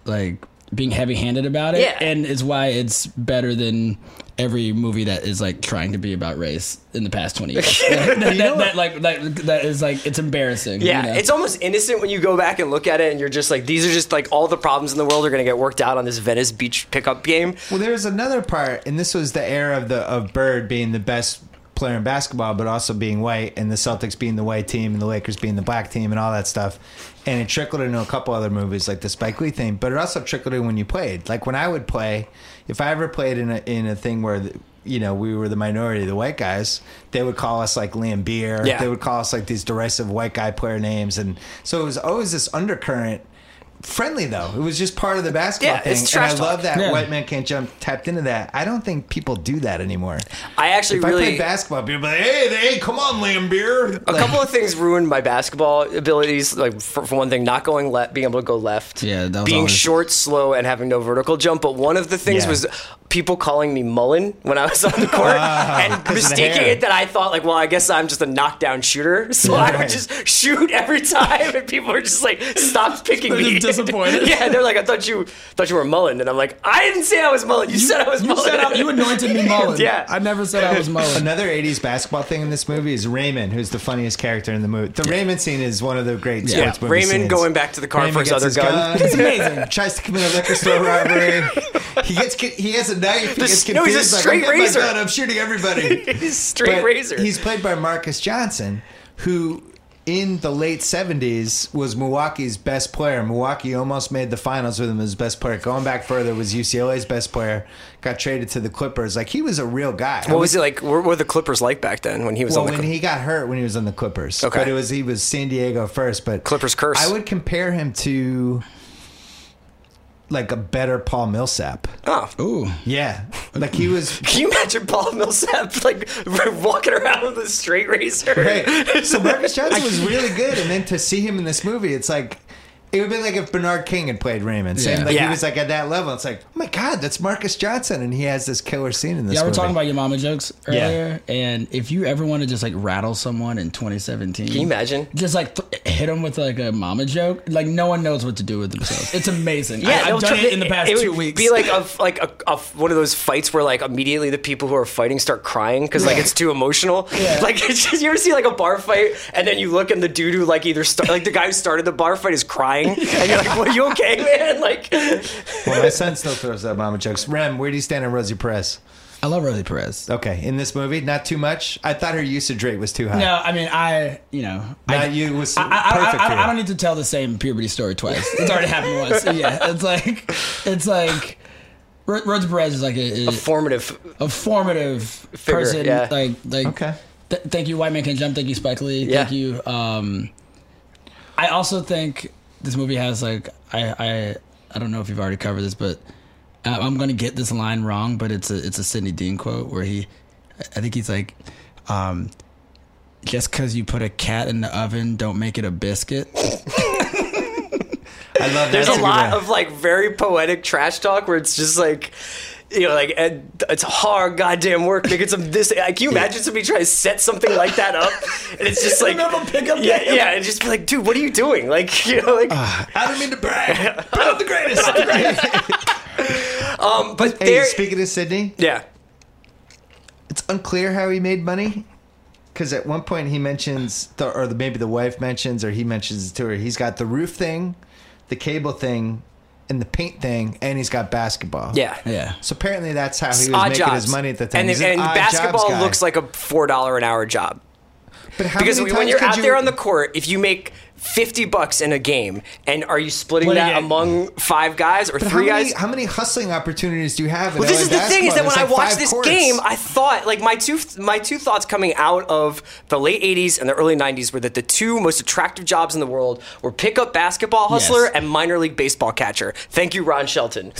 Speaker 4: like being heavy handed about it
Speaker 3: Yeah.
Speaker 4: and it's why it's better than every movie that is like trying to be about race in the past 20 years. that, that, that, like that, that is like it's embarrassing. you
Speaker 3: Yeah,
Speaker 4: know?
Speaker 3: it's almost innocent when you go back and look at it, and you're just like, these are just like all the problems in the world are going to get worked out on this Venice Beach pickup game.
Speaker 2: Well, there's another part, and this was the era of the of Bird being the best player in basketball, but also being white, and the Celtics being the white team, and the Lakers being the black team, and all that stuff. And it trickled into a couple other movies like the Spike Lee thing, but it also trickled in when you played. Like when I would play, if I ever played in a in a thing where. The, you know, we were the minority, the white guys. They would call us like Liam Beer.
Speaker 3: Yeah.
Speaker 2: They would call us like these derisive white guy player names, and so it was always this undercurrent. Friendly though, it was just part of the basketball
Speaker 3: Yeah,
Speaker 2: thing,
Speaker 3: it's trash
Speaker 2: and I
Speaker 3: talk.
Speaker 2: love that
Speaker 4: Yeah.
Speaker 2: white man can't jump tapped into that. I don't think people do that anymore.
Speaker 3: I actually
Speaker 2: If I
Speaker 3: really
Speaker 2: play basketball, people be like, hey, hey, come on, Lambeer.
Speaker 3: a couple of things ruined my basketball abilities. Like for, for one thing, not going left, being able to go left,
Speaker 4: Yeah, that was
Speaker 3: being
Speaker 4: always-
Speaker 3: short, slow, and having no vertical jump. But one of the things
Speaker 2: Yeah.
Speaker 3: was people calling me Mullen when I was on the court and
Speaker 4: Ah,
Speaker 2: 'cause of the
Speaker 3: mistaking
Speaker 2: hair.
Speaker 3: it that I thought like, well, I guess I'm just a knockdown shooter, so I would
Speaker 2: Right.
Speaker 3: just shoot every time, and people were just like, stop picking
Speaker 4: They're
Speaker 3: me.
Speaker 4: just disappointed.
Speaker 3: yeah, they're like, I thought you thought you were Mullen, and I'm like, I didn't say I was Mullen. You, said I was
Speaker 4: you
Speaker 3: Mullen.
Speaker 4: said I, you anointed me Mullen.
Speaker 3: Yeah.
Speaker 4: I never said I was Mullen.
Speaker 2: Another 80s basketball thing in this movie is Raymond, who's the funniest character in the movie. The Raymond scene is one of the great
Speaker 3: Yeah,
Speaker 2: sports movie
Speaker 3: Raymond
Speaker 2: scenes.
Speaker 3: going back to the car for his
Speaker 2: gets
Speaker 3: other gun.
Speaker 4: It's amazing.
Speaker 2: Tries to commit a liquor store robbery. He gets con- he has a knife. He
Speaker 3: The-
Speaker 2: gets confused.
Speaker 3: no, he's a
Speaker 2: like,
Speaker 3: straight
Speaker 2: "I'm getting my
Speaker 3: razor."
Speaker 2: gun, I'm shooting everybody.
Speaker 3: Straight
Speaker 2: But
Speaker 3: razor.
Speaker 2: He's played by Marcus Johnson, who in the late 70s was Milwaukee's best player. Milwaukee almost made the finals with him as best player. Going back further was UCLA's best player. Got traded to the Clippers. Like he was a real guy.
Speaker 3: What was it like? What were the Clippers like back then when he was
Speaker 2: Well,
Speaker 3: on the
Speaker 2: when
Speaker 3: Clippers?
Speaker 2: he got hurt when he was on the Clippers,
Speaker 3: Okay.
Speaker 2: but it was he was San Diego first, but
Speaker 3: Clippers curse.
Speaker 2: I would compare him to like a better Paul Millsap.
Speaker 3: Oh.
Speaker 4: Ooh.
Speaker 2: Yeah, like he was
Speaker 3: Can you imagine Paul Millsap like walking around with a straight razor?
Speaker 2: Right. So Marcus Johnson was really good, and then to see him in this movie, it's like it would be like if Bernard King had played Raymond. Same,
Speaker 4: Yeah.
Speaker 2: like
Speaker 3: Yeah.
Speaker 2: he was like at that level. It's like, oh my god, that's Marcus Johnson, and he has this killer scene in this.
Speaker 4: Yeah, we're
Speaker 2: movie.
Speaker 4: talking about your mama jokes
Speaker 2: Yeah.
Speaker 4: earlier, and if you ever want to just like rattle someone in 2017,
Speaker 3: Can you imagine?
Speaker 4: Just like th- hit them with like a mama joke. Like no one knows what to do with themselves. It's amazing.
Speaker 3: they'll
Speaker 4: I, have done
Speaker 3: try-
Speaker 4: it in the past
Speaker 3: it
Speaker 4: two
Speaker 3: would
Speaker 4: weeks.
Speaker 3: Be like a like a, a- one of those fights where like immediately the people who are fighting start crying because like it's too emotional. Like it's just, you ever see like a bar fight and then you look and the dude who like either start like the guy who started the bar fight is crying and you're like, "Well, you okay, man?" Like
Speaker 2: Well, my son still throws out mama jokes. Rem, where do you stand on Rosie Perez?
Speaker 4: I love Rosie Perez.
Speaker 2: Okay, in this movie, not too much. I thought her usage rate was too higigh.
Speaker 4: No, I mean I, you know, I,
Speaker 2: Not you was
Speaker 4: I, I,
Speaker 2: perfect
Speaker 4: I,
Speaker 2: for you.
Speaker 4: I, I don't need to tell the same puberty story twice. It's already happened once. Yeah, it's like, it's like, Ro- Rosie Perez is like a, a,
Speaker 3: formative.
Speaker 4: a formative
Speaker 3: Figure,
Speaker 4: person.
Speaker 3: yeah.
Speaker 4: Like, like,
Speaker 2: Okay.
Speaker 4: th- thank you, White Man Can Jump. Thank you, Spike Lee. Thank
Speaker 3: Yeah.
Speaker 4: you. Um, I also think this movie has like, I, I, I don't know if you've already covered this, but I- I'm gonna get this line wrong, but it's a, it's a Sidney Dean quote where he, I think he's like, um. Just because you put a cat in the oven, don't make it a biscuit.
Speaker 2: I love that.
Speaker 3: There's
Speaker 2: That's good
Speaker 3: a lot
Speaker 2: one.
Speaker 3: of like very poetic trash talk where it's just like, you know, like Ed, it's hard goddamn work to get some this. Like, can you imagine somebody trying to set something like that up? And it's just like,
Speaker 4: Remember pickup
Speaker 3: yeah,
Speaker 4: game?
Speaker 3: yeah, and just be like, dude, what are you doing? Like, you know, like,
Speaker 2: I don't mean to brag, but I'm the greatest.
Speaker 3: um, but
Speaker 2: hey,
Speaker 3: there,
Speaker 2: speaking of Sydney,
Speaker 3: yeah,
Speaker 2: it's unclear how he made money because at one point he mentions the, or the, maybe the wife mentions or he mentions it to her he's got the roof thing the cable thing and the paint thing and he's got basketball
Speaker 3: yeah,
Speaker 4: Yeah.
Speaker 2: so apparently that's how he was
Speaker 3: Odd
Speaker 2: making
Speaker 3: jobs.
Speaker 2: his money at the time
Speaker 3: and,
Speaker 2: He's an
Speaker 3: and
Speaker 2: odd jobs
Speaker 3: basketball
Speaker 2: guy.
Speaker 3: looks like a four dollar an hour job.
Speaker 2: but how
Speaker 3: because
Speaker 2: many
Speaker 3: when
Speaker 2: times
Speaker 3: you're
Speaker 2: could
Speaker 3: out
Speaker 2: you-
Speaker 3: there on the court, if you make 50 bucks in a game, and are you splitting
Speaker 4: What do you
Speaker 3: that
Speaker 4: get?
Speaker 3: among five guys or
Speaker 2: but
Speaker 3: three
Speaker 2: how
Speaker 3: guys?
Speaker 2: many, how many hustling opportunities do you have in
Speaker 3: Well, this
Speaker 2: LA
Speaker 3: is the thing
Speaker 2: basketball?
Speaker 3: is that when
Speaker 2: There's
Speaker 3: I
Speaker 2: like
Speaker 3: watched
Speaker 2: five
Speaker 3: this
Speaker 2: courts.
Speaker 3: game, I thought like my two my two thoughts coming out of the late '80s and the early '90s were that the two most attractive jobs in the world were pickup basketball hustler
Speaker 4: Yes.
Speaker 3: and minor league baseball catcher. Thank you, Ron Shelton.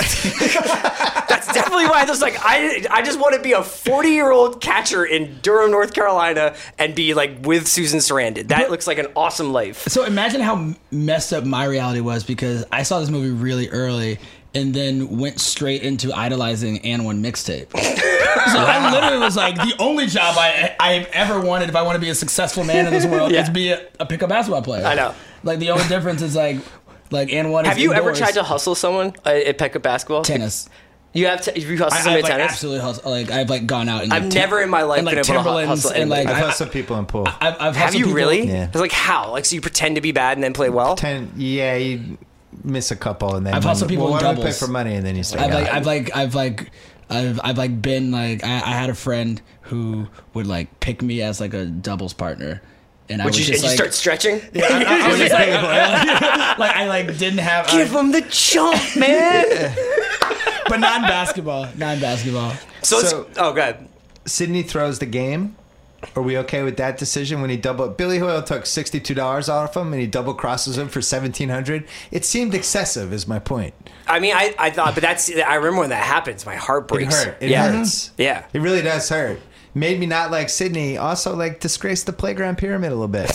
Speaker 3: That's definitely why I was like, I I just want to be a 40 year old catcher in Durham, North Carolina, and be like with Susan Sarandon. That looks like an awesome life.
Speaker 4: So imagine how messed up my reality was because I saw this movie really early and then went straight into idolizing and one mixtape. so I literally was like, the only job I I've ever wanted if I want to be a successful man in this world
Speaker 3: Yeah.
Speaker 4: is be a, a pickup basketball player.
Speaker 3: I know.
Speaker 4: Like the only difference is like like and one.
Speaker 3: Have
Speaker 4: is
Speaker 3: you ever
Speaker 4: indoors.
Speaker 3: tried to hustle someone uh, at pickup basketball?
Speaker 4: tennis?
Speaker 3: You have to. You hustle
Speaker 4: I,
Speaker 3: somebody at
Speaker 4: I've like
Speaker 3: tennis.
Speaker 4: absolutely hustled, like I've like gone out. And, like,
Speaker 3: I've never in my life
Speaker 4: and, like,
Speaker 3: been able to hu-
Speaker 4: Timberlands
Speaker 3: hustle
Speaker 4: and like
Speaker 3: anybody.
Speaker 2: I've
Speaker 4: I-
Speaker 2: hustled people in pool.
Speaker 4: I've, I've
Speaker 3: Have
Speaker 4: hustled
Speaker 3: you
Speaker 4: people-
Speaker 3: really?
Speaker 2: Yeah.
Speaker 3: It's like how? Like so you pretend to be bad and then play well.
Speaker 2: Ten, yeah, you miss a couple, and then
Speaker 4: I've hustled people
Speaker 2: Well, why
Speaker 4: in
Speaker 2: don't we pay
Speaker 4: doubles.
Speaker 2: for money, and then you start.
Speaker 4: I've like,
Speaker 2: out?
Speaker 4: I've like, I've like, I've, I've like been like, I, I had a friend who would like pick me as like a doubles partner, and I
Speaker 3: Would
Speaker 4: was
Speaker 3: you, and
Speaker 4: just
Speaker 3: you
Speaker 4: like,
Speaker 3: start stretching?
Speaker 4: I was just like, I- I- like, I like didn't have
Speaker 3: Give him the jump, man.
Speaker 4: but non basketball, non basketball.
Speaker 3: So, let's
Speaker 2: So-
Speaker 3: oh god,
Speaker 2: Sydney throws the game. Are we okay with that decision when he double Billy Hoyle took sixty two dollars off him and he double crosses him for seventeen hundred? It seemed excessive, is my point.
Speaker 3: I mean, I, I thought, but that's I remember when that happens. My heart
Speaker 2: It
Speaker 3: breaks.
Speaker 2: hurt. It
Speaker 3: yeah. Mm-hmm.
Speaker 2: hurts.
Speaker 3: Yeah.
Speaker 2: It really does hurt. Made me not like Sydney. Also, like disgraced the playground pyramid a little bit.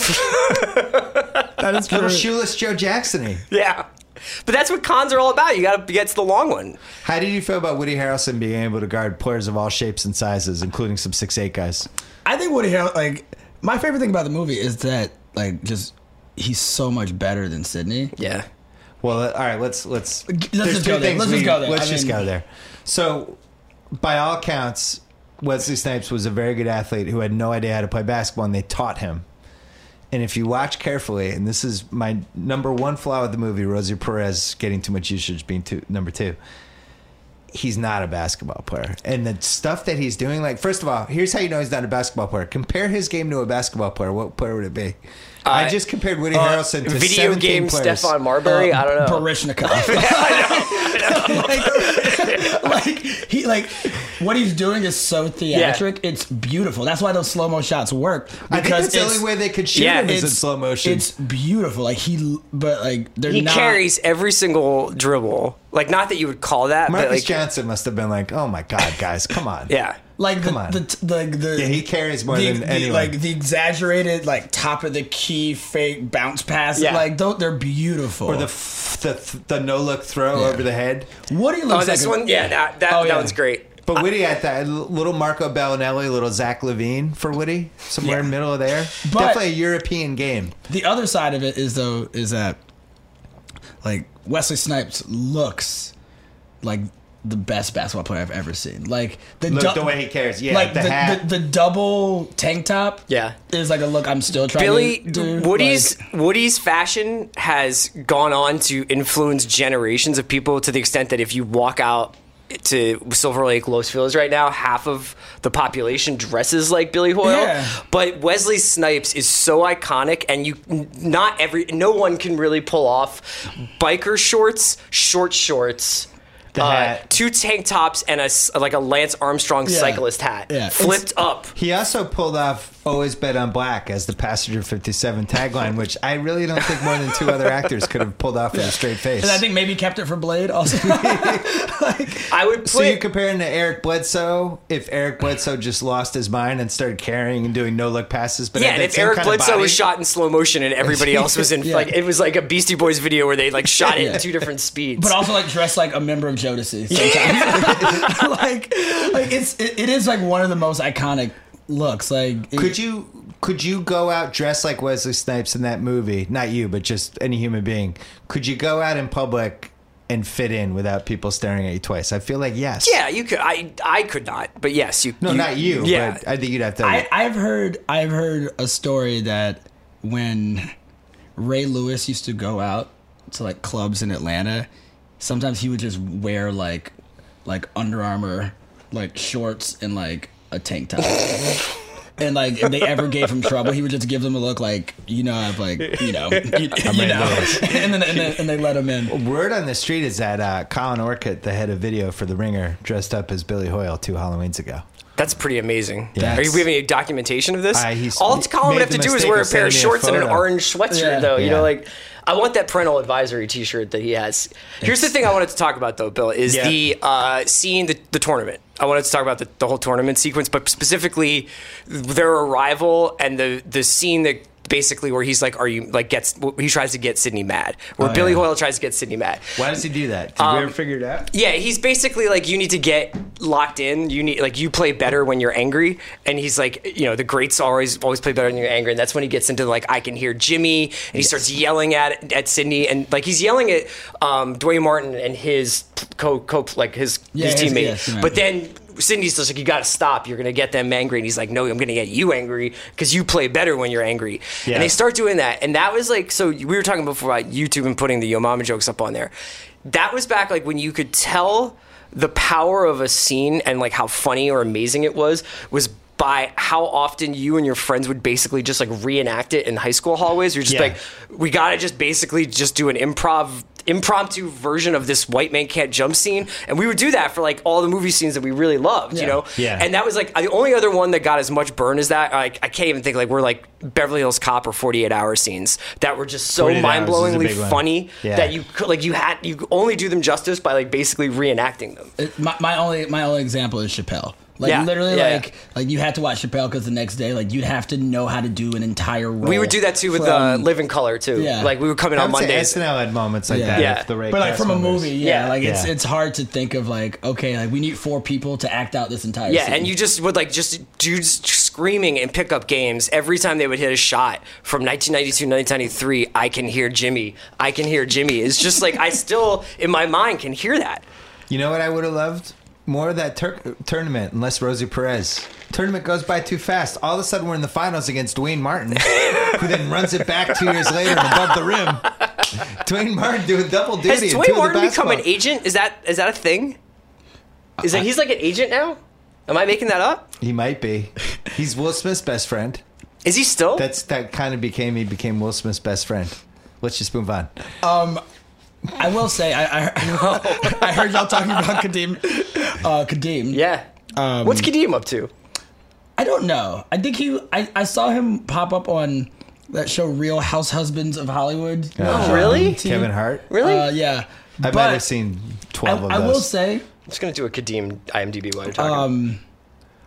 Speaker 4: That is
Speaker 2: Little shoeless Joe Jacksony.
Speaker 3: Yeah. But that's what cons are all about. You got to get to the long one.
Speaker 2: How did you feel about Woody Harrelson being able to guard players of all shapes and sizes, including some six eight guys?
Speaker 4: I think Woody Harrelson. Like my favorite thing about the movie is that like just he's so much better than Sydney.
Speaker 3: Yeah.
Speaker 2: Well, all right, let's let's
Speaker 4: Let's just go there. Let's just go there.
Speaker 2: Let's
Speaker 4: I
Speaker 2: just
Speaker 4: mean-
Speaker 2: go there. So, by all counts, Wesley Snipes was a very good athlete who had no idea how to play basketball, and they taught him. And if you watch carefully, and this is my number one flaw with the movie, Rosie Perez getting too much usage being two, number two. He's not a basketball player. And the stuff that he's doing, like, first of all, here's how you know he's not a basketball player. Compare his game to a basketball player. What player would it be? I
Speaker 3: Uh,
Speaker 2: just compared Woody Harrelson to
Speaker 3: Video
Speaker 2: 17
Speaker 3: game
Speaker 2: players. Um,
Speaker 3: Stefan Marbury. I
Speaker 4: Um,
Speaker 3: don't know.
Speaker 4: Barishnikov. like, like, he like what he's doing is so theatric. It's beautiful. That's why those slow mo shots work.
Speaker 2: I think that's the
Speaker 4: it's-
Speaker 2: only way they could shoot
Speaker 3: yeah,
Speaker 2: him is in slow motion.
Speaker 4: It's beautiful. Like he, but like they're
Speaker 3: He
Speaker 4: not.
Speaker 3: carries every single dribble. Like not that you would call that,
Speaker 2: Marcus
Speaker 3: but like
Speaker 2: Johnson must have been like, "Oh my god, guys, come on!"
Speaker 3: yeah.
Speaker 4: like the,
Speaker 2: Come on.
Speaker 4: the t- like the
Speaker 2: Yeah, he carries more
Speaker 4: the,
Speaker 2: than
Speaker 4: the,
Speaker 2: anyone.
Speaker 4: Like the exaggerated, like top of the key fake bounce passes.
Speaker 3: Yeah.
Speaker 4: Like tho- they're beautiful.
Speaker 2: or the f- the th- the no look throw
Speaker 4: Yeah.
Speaker 2: over the head.
Speaker 4: Woody
Speaker 3: Oh,
Speaker 4: looks
Speaker 3: this
Speaker 4: like a-
Speaker 3: one. Yeah, that that,
Speaker 4: Oh,
Speaker 3: that
Speaker 4: yeah.
Speaker 3: one's great.
Speaker 2: But Woody, I thought little Marco Bellinelli, little Zach Levine for Woody, somewhere in the middle of there.
Speaker 4: But-
Speaker 2: Definitely a European game.
Speaker 4: The other side of it is though is that like Wesley Snipes looks like the best basketball player I've ever seen. Like the
Speaker 2: Look,
Speaker 4: dou-
Speaker 2: the way he carries, yeah,
Speaker 4: like
Speaker 2: the
Speaker 4: the,
Speaker 2: hat.
Speaker 4: The, the double tank top.
Speaker 3: Yeah.
Speaker 4: is like a look I'm still trying.
Speaker 3: Billy
Speaker 4: to do.
Speaker 3: Woody's
Speaker 4: Mm-hmm. Like,
Speaker 3: Woody's fashion has gone on to influence generations of people to the extent that if you walk out to Silver Lake Los Feliz right now, half of the population dresses like Billy Hoyle.
Speaker 4: Yeah.
Speaker 3: But Wesley Snipes is so iconic, and you n- not every no one can really pull off biker shorts, short shorts. uh,
Speaker 2: The hat.
Speaker 3: two tank tops and a s- like a Lance Armstrong
Speaker 4: Yeah.
Speaker 3: cyclist hat
Speaker 4: Yeah.
Speaker 3: flipped up.
Speaker 2: He also pulled off "Always Bet on Black" as the Passenger Fifty Seven tagline, which I really don't think more than two other actors could have pulled off with a straight face.
Speaker 4: and I think maybe kept it for Blade also.
Speaker 3: I would
Speaker 2: So
Speaker 3: play.
Speaker 2: you're comparing to Eric Bledsoe if Eric Bledsoe just lost his mind and started carrying and doing no look passes, but
Speaker 3: Yeah,
Speaker 2: had
Speaker 3: and
Speaker 2: that
Speaker 3: if
Speaker 2: same
Speaker 3: Eric
Speaker 2: kind of
Speaker 3: Bledsoe
Speaker 2: body-
Speaker 3: was shot in slow motion and everybody else was in
Speaker 4: Yeah.
Speaker 3: like it was like a Beastie Boys video where they like shot it
Speaker 4: Yeah.
Speaker 3: at two different speeds.
Speaker 4: but also like dressed like a member of Jodeci sometimes. like, like it's it, it is like one of the most iconic looks. Like, it-
Speaker 2: could you could you go out dressed like Wesley Snipes in that movie? Not you, but just any human being. Could you go out in public and fit in without people staring at you twice? I feel like yes.
Speaker 3: yeah, you could. I I could not. But yes, you.
Speaker 2: No,
Speaker 3: you-
Speaker 2: not you.
Speaker 3: Yeah.
Speaker 2: but I think you'd have to.
Speaker 4: I, I've heard I've heard a story that when Ray Lewis used to go out to like clubs in Atlanta, sometimes he would just wear like like Under Armour like shorts and like a tank top. And like if they ever gave him trouble, he would just give them a look like you know I've like you know you, you
Speaker 2: Ray
Speaker 4: know,
Speaker 2: Lewis.
Speaker 4: and then and, then, and they let him in.
Speaker 2: Word on the street is that uh, Colin Orcutt, the head of video for The Ringer, dressed up as Billy Hoyle two Halloweens ago.
Speaker 3: that's pretty amazing.
Speaker 2: Yeah.
Speaker 3: Are you we have any documentation of this?
Speaker 2: I- he's-
Speaker 3: All Colin would
Speaker 2: made
Speaker 3: have to
Speaker 2: the
Speaker 3: do is
Speaker 2: mistake
Speaker 3: wear a
Speaker 2: of
Speaker 3: pair
Speaker 2: sending
Speaker 3: of
Speaker 2: me a
Speaker 3: shorts and an
Speaker 2: photo.
Speaker 3: orange sweatshirt,
Speaker 4: Yeah.
Speaker 3: though. You
Speaker 2: Yeah.
Speaker 3: know, like I want that parental advisory T-shirt that he has. Here's the thing I wanted to talk about though, Bill, is
Speaker 2: Yeah.
Speaker 3: the uh, seeing the, the tournament. I wanted to talk about the, the whole tournament sequence, but specifically their arrival and the the scene that basically where he's like, "Are you like gets?" He tries to get Sydney mad,
Speaker 2: Oh,
Speaker 3: where Billy Hoyle tries to get Sydney mad.
Speaker 2: Why does he do that? Did
Speaker 3: Um,
Speaker 2: we ever figure it out?
Speaker 3: Yeah, he's basically like, you need to get locked in. You need like you play better when you're angry, and he's like, you know, the greats always always play better when you're angry, and that's when he gets into like, I can hear Jimmy, and he starts yelling at at Sydney, and like he's yelling at um, Dwayne Martin and his co co like his
Speaker 4: Yeah,
Speaker 3: his
Speaker 4: his-
Speaker 3: teammate,
Speaker 4: yes, teammate.
Speaker 3: but then. Sydney's just like, you gotta stop. You're gonna get them angry. And he's like, no, I'm gonna get you angry because you play better when you're angry.
Speaker 2: Yeah.
Speaker 3: And they start doing that. And that was like, so we were talking before about YouTube and putting the Yo Mama jokes up on there. That was back like when you could tell the power of a scene and like how funny or amazing it was, was by how often you and your friends would basically just like reenact it in high school hallways. You're just
Speaker 2: Yeah.
Speaker 3: like, we gotta just basically just do an improv impromptu version of this white man can't jump scene and we would do that for like all the movie scenes that we really loved you
Speaker 4: Yeah.
Speaker 3: know
Speaker 2: Yeah.
Speaker 3: and that was like the only other one that got as much burn as that like i can't even think like we're like beverly hills cop or 48 hour scenes that were just so
Speaker 2: 48 Hours is a
Speaker 3: mind-blowingly
Speaker 2: big one.
Speaker 3: funny
Speaker 2: Yeah.
Speaker 3: that you could like you had you could only do them justice by like basically reenacting them
Speaker 4: It, my, my only my only example is Chappelle. Like
Speaker 3: Yeah,
Speaker 4: literally,
Speaker 3: yeah,
Speaker 4: like like you had to watch Chappelle because the next day, like you'd have to know how to do an entire role.
Speaker 2: Oh.
Speaker 3: we would do that too with uh,
Speaker 4: from-
Speaker 3: live in color too
Speaker 4: Yeah.
Speaker 3: like we would come in
Speaker 2: I
Speaker 3: on
Speaker 2: would say
Speaker 3: mondays
Speaker 2: SNL had moments like
Speaker 4: Yeah.
Speaker 2: that.
Speaker 3: Yeah.
Speaker 2: with the Ray
Speaker 4: but like
Speaker 2: cast
Speaker 4: from a
Speaker 2: members.
Speaker 4: movie, yeah,
Speaker 3: Yeah.
Speaker 4: Like it's
Speaker 2: Yeah.
Speaker 4: it's hard to think of like okay, like we need four people to act out this entire.
Speaker 3: Yeah,
Speaker 4: scene.
Speaker 3: and you just would like just dudes screaming in pickup games every time they would hit a shot from 1992 1993. I can hear Jimmy. I can hear Jimmy. It's just like I still in my mind can hear that.
Speaker 2: You know what I would have loved? More of that tur- tournament, unless Rosie Perez. Tournament goes by too fast. All of a sudden, we're in the finals against Dwayne Martin, who then runs it back two years later and above the rim. Dwayne Martin doing double duty.
Speaker 3: Has
Speaker 2: and two of
Speaker 3: Dwayne
Speaker 2: the
Speaker 3: Martin become an
Speaker 2: basketball-
Speaker 3: agent? Is that is that a thing? Is that he's like an agent now? Am I making that up?
Speaker 2: He might be. He's Will Smith's best friend.
Speaker 3: Is he still?
Speaker 2: That's that kind of became he became Will Smith's best friend. Let's just move on.
Speaker 4: I will say, I I, I heard y'all talking about Kadeem. Uh, Kadeem,
Speaker 3: yeah.
Speaker 2: um,
Speaker 3: What's Kadeem up to?
Speaker 4: I don't know. I think he. I, I saw him pop up on that show, Real House Husbands of Hollywood.
Speaker 3: Oh, really?
Speaker 2: Uh, Kevin Hart.
Speaker 3: Really?
Speaker 4: Uh, yeah.
Speaker 2: I might have seen
Speaker 4: I,
Speaker 2: twelve of
Speaker 4: I
Speaker 2: those.
Speaker 4: will say, um,
Speaker 3: I'm just gonna do a Kadeem IMDb while you're talking.
Speaker 2: um,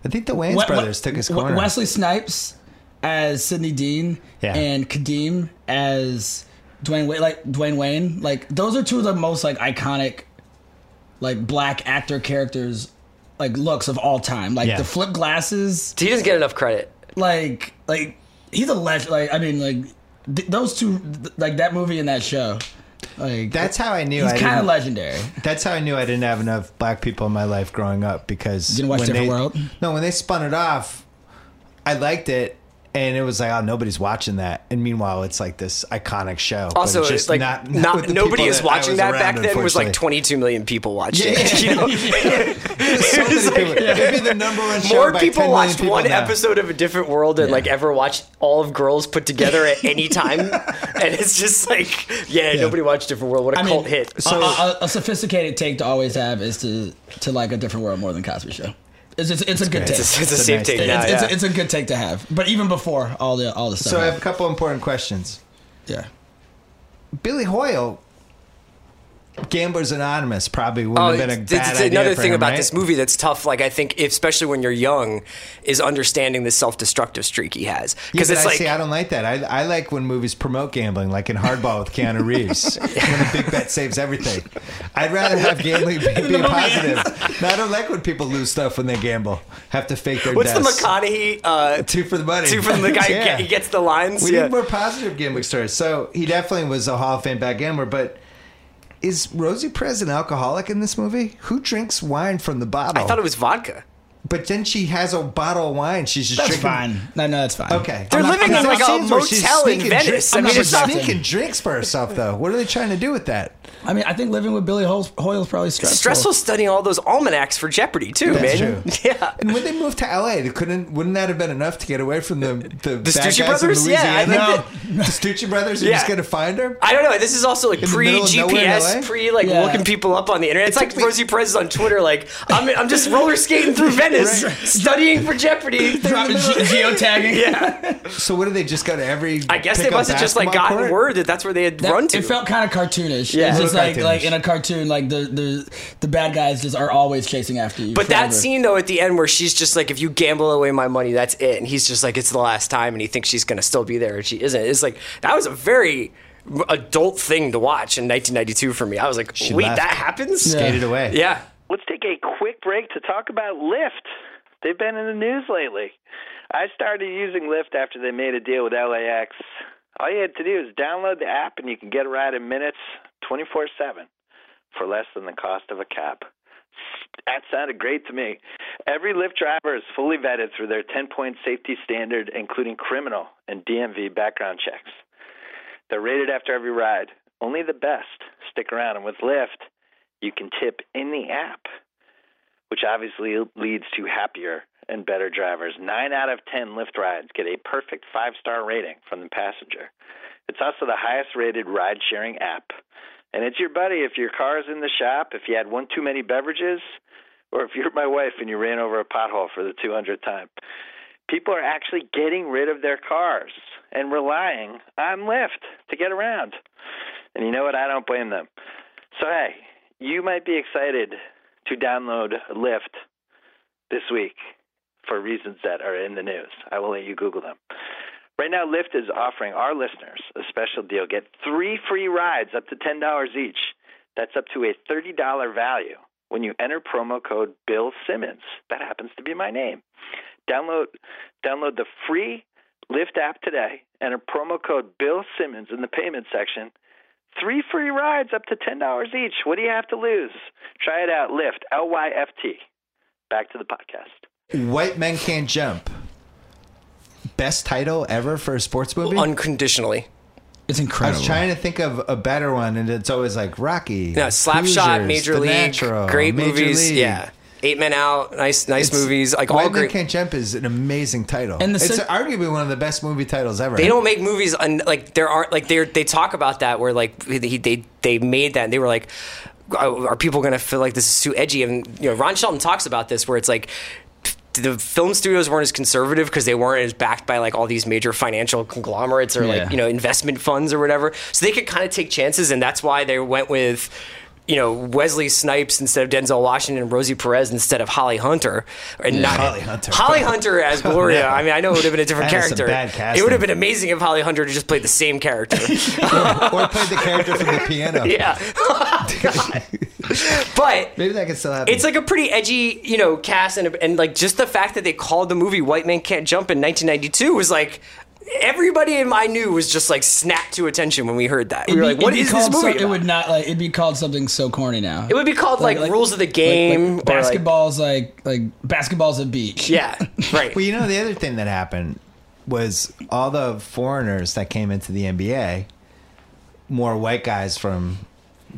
Speaker 2: I think the Wayans
Speaker 4: Wes-
Speaker 2: brothers
Speaker 4: Wes-
Speaker 2: took his
Speaker 4: We-
Speaker 2: corner.
Speaker 4: Wesley Snipes as Sidney Dean
Speaker 2: Yeah.
Speaker 4: and Kadeem as Dwayne Wayne, like Dwayne Wayne. Like those are two of the most like iconic, like black actor characters, like looks of all time. Like
Speaker 2: Yeah.
Speaker 4: the flip glasses,
Speaker 3: he doesn't get enough credit.
Speaker 4: like like he's a legend. Like I mean, like th- those two, th- like that movie and that show. Like
Speaker 2: That's how I knew.
Speaker 4: he's
Speaker 2: I
Speaker 4: kind of
Speaker 2: didn't-
Speaker 4: legendary.
Speaker 2: That's how I knew I didn't have enough black people in my life growing up because
Speaker 4: didn't watch
Speaker 2: when
Speaker 4: Different
Speaker 2: they-
Speaker 4: World?
Speaker 2: No, when they spun it off, I liked it, and it was like, oh, nobody's watching that. And meanwhile, it's like this iconic show. but
Speaker 3: Also,
Speaker 2: it's
Speaker 3: it's like not,
Speaker 2: not, with the
Speaker 3: nobody
Speaker 2: people
Speaker 3: is
Speaker 2: I
Speaker 3: watching
Speaker 2: was
Speaker 3: that
Speaker 2: around,
Speaker 3: back then. It was like
Speaker 2: unfortunately.
Speaker 3: 22 million people watched
Speaker 2: Yeah.
Speaker 3: it. You know?
Speaker 2: So many
Speaker 3: was like-
Speaker 2: people- It'd be the number one show.
Speaker 3: More
Speaker 2: by 10
Speaker 3: people
Speaker 2: million
Speaker 3: watched one
Speaker 2: now.
Speaker 3: episode of A Different World than like ever watched all of Girls put together at any time. and it's just like, yeah, nobody watched Different World. What a
Speaker 4: I mean,
Speaker 3: cult hit.
Speaker 4: So a, a, a sophisticated take to always have is to to like a different world more than Cosby Show. It's it's, it's a good take.
Speaker 3: It's,
Speaker 4: It's,
Speaker 3: it's a
Speaker 2: It's a
Speaker 3: safe
Speaker 2: nice
Speaker 3: take.
Speaker 2: take.
Speaker 3: now,
Speaker 4: it's,
Speaker 3: yeah.
Speaker 4: a, it's a good take to have. But even before all the all the stuff.
Speaker 2: So I have a
Speaker 4: happened.
Speaker 2: couple important questions.
Speaker 4: yeah.
Speaker 2: Billy Hoyle, Gamblers Anonymous, probably wouldn't
Speaker 3: Oh,
Speaker 2: have been a
Speaker 3: it's,
Speaker 2: bad
Speaker 3: it's
Speaker 2: idea
Speaker 3: another
Speaker 2: for
Speaker 3: thing
Speaker 2: him,
Speaker 3: about
Speaker 2: right?
Speaker 3: this movie that's tough. Like I think, especially when you're young, is understanding the self-destructive streak he has.
Speaker 2: Yeah,
Speaker 3: Because
Speaker 2: but
Speaker 3: it's
Speaker 2: I
Speaker 3: like
Speaker 2: see, I don't like that. I, I like when movies promote gambling, like in Hardball with Keanu Reeves, when the big bet saves everything. I'd rather have gambling be, be positive. No, I don't like when people lose stuff when they gamble, have to fake their
Speaker 3: what's the
Speaker 2: deaths.
Speaker 3: McConaughey uh,
Speaker 2: Two for the money.
Speaker 3: two from the guy? who
Speaker 2: Yeah.
Speaker 3: get- he gets the lines.
Speaker 2: We
Speaker 3: yeah.
Speaker 2: need more positive gambling stories. So he definitely was a Hall of Fame bad gambler, but is Rosie Perez an alcoholic in this movie? Who drinks wine from the bottle?
Speaker 3: I thought it was vodka.
Speaker 2: but then she has a bottle of wine. She's just
Speaker 4: That's
Speaker 2: drinking.
Speaker 4: fine. No, no, that's fine.
Speaker 2: Okay.
Speaker 3: They're living
Speaker 2: because
Speaker 3: in,
Speaker 2: I've
Speaker 3: like, a
Speaker 2: seen where she's
Speaker 3: motel in
Speaker 2: sneaking
Speaker 3: Venice.
Speaker 2: drinks-
Speaker 3: I
Speaker 2: I'm
Speaker 4: mean,
Speaker 2: not
Speaker 4: it's not-
Speaker 2: sneaking drinks for herself, though. What are they trying to do with that?
Speaker 4: I mean, I think living with Billy Hoyle's, Hoyle's probably stressful.
Speaker 3: Stressful studying all those almanacs for Jeopardy too,
Speaker 2: That's
Speaker 3: man.
Speaker 2: true.
Speaker 3: Yeah.
Speaker 2: And when they moved to LA, they couldn't. Wouldn't that have been enough to get away from the the, bad
Speaker 3: Stucci
Speaker 2: guys
Speaker 3: brothers?
Speaker 2: In
Speaker 3: Yeah, I
Speaker 2: Louisiana?
Speaker 3: think
Speaker 2: the Stucci brothers are
Speaker 3: Yeah.
Speaker 2: just going to find her.
Speaker 3: I don't know. This is also like
Speaker 2: the middle
Speaker 3: pre
Speaker 2: of nowhere in LA?
Speaker 3: GPS, pre like
Speaker 4: Yeah.
Speaker 3: looking people up on the internet. It's like
Speaker 2: took me-
Speaker 3: Rosie Perez is on Twitter, like I'm, I'm just roller skating through Venice is studying for Jeopardy.
Speaker 4: Dropping ge- geotagging. yeah.
Speaker 2: So what did they just go to every?
Speaker 3: I guess they must have just like gotten word that that's where they had run to.
Speaker 4: It felt kind of cartoonish.
Speaker 3: Yeah.
Speaker 4: Yeah, it's just like
Speaker 2: Cartoonish.
Speaker 4: like in a cartoon, like the, the the bad guys just are always chasing after you.
Speaker 3: but that
Speaker 4: forever.
Speaker 3: scene though at the end where she's just like, if you gamble away my money, that's it. And he's just like, it's the last time, and he thinks she's gonna still be there, and she isn't. It's like that was a very adult thing to watch in 1992 for me. I was like, wait,
Speaker 2: left.
Speaker 3: that happens?
Speaker 4: Yeah.
Speaker 2: Skated away.
Speaker 3: yeah.
Speaker 1: Let's take a quick break to talk about Lyft. They've been in the news lately. I started using Lyft after they made a deal with LAX. All you had to do is download the app and you can get a ride in minutes 24 7 for less than the cost of a cab. That sounded great to me. Every Lyft driver is fully vetted through their 10 point safety standard, including criminal and DMV background checks. They're rated after every ride. Only the best stick around. And with Lyft, you can tip in the app, which obviously leads to happier and better drivers. Nine out of 10 Lyft rides get a perfect five star rating from the passenger. It's also the highest rated ride sharing app. And it's your buddy if your car is in the shop, if you had one too many beverages, or if you're my wife and you ran over a pothole for the 200th time. People are actually getting rid of their cars and relying on Lyft to get around. And you know what? I don't blame them. So, hey, you might be excited to download Lyft this week for reasons that are in the news. I will let you Google them. Right now, Lyft is offering our listeners a special deal. Get three free rides up to $10 each. That's up to a $30 value when you enter promo code Bill Simmons. That happens to be my name. Download, download the free Lyft app today, enter promo code Bill Simmons in the payment section, Three free rides up to $10 each. What do you have to lose? Try it out. Lyft, L Y F T. Back to the podcast.
Speaker 2: White men can't jump. Best title ever for a sports movie.
Speaker 3: Unconditionally.
Speaker 4: it's
Speaker 2: I
Speaker 4: incredible.
Speaker 2: was trying to think of a better one, and it's always like Rocky.
Speaker 3: No, Slapshot,
Speaker 2: Hoosiers,
Speaker 3: Major
Speaker 2: The
Speaker 3: League,
Speaker 2: Natural,
Speaker 3: great
Speaker 2: Major
Speaker 3: movies.
Speaker 2: League.
Speaker 3: Yeah, Eight Men Out, nice, nice
Speaker 2: It's-
Speaker 3: movies. Like
Speaker 2: White
Speaker 3: all
Speaker 2: Men
Speaker 3: great.
Speaker 2: Can't Jump is an amazing title,
Speaker 4: And
Speaker 2: and
Speaker 4: the
Speaker 2: it's
Speaker 4: sen-
Speaker 2: arguably one of the best movie titles ever.
Speaker 3: They don't make movies un, like there aren't like they they talk about that where like he, they they made that and they were like, "Oh, are people gonna feel like this is too edgy? And you know, Ron Shelton talks about this where it's like. The film studios weren't as conservative because they weren't as backed by like all these major financial conglomerates or
Speaker 4: Yeah.
Speaker 3: like you know investment funds or whatever. So they could kind of take chances, and that's why they went with, you know, Wesley Snipes instead of Denzel Washington and Rosie Perez instead of Holly Hunter, and not
Speaker 2: Holly Hunter. Oh,
Speaker 3: Holly Hunter as Gloria. I mean, I know it would have been a different
Speaker 2: That is some
Speaker 3: character.
Speaker 2: bad
Speaker 3: it
Speaker 2: casting.
Speaker 3: would have been amazing if Holly Hunter just played the same character.
Speaker 2: or played the character from the piano.
Speaker 3: yeah, but
Speaker 2: Maybe that could still happen.
Speaker 3: it's like a pretty edgy, you know, cast, and and like just the fact that they called the movie "White Man Can't Jump" in 1992 was like. Everybody in my knew was just like snapped to attention when we heard that. We
Speaker 4: It'd
Speaker 3: were
Speaker 4: be-
Speaker 3: like, "What
Speaker 4: it'd be
Speaker 3: is this
Speaker 4: called
Speaker 3: movie?"
Speaker 4: some- it
Speaker 3: about?
Speaker 4: would not like it'd be called something so corny now.
Speaker 3: It would be called like, rules of the game
Speaker 4: like,
Speaker 3: or, like-
Speaker 4: basketballs like like basketballs at beach.
Speaker 3: yeah, right.
Speaker 2: Well, you know, the other thing that happened was all the foreigners that came into the NBA, more white guys from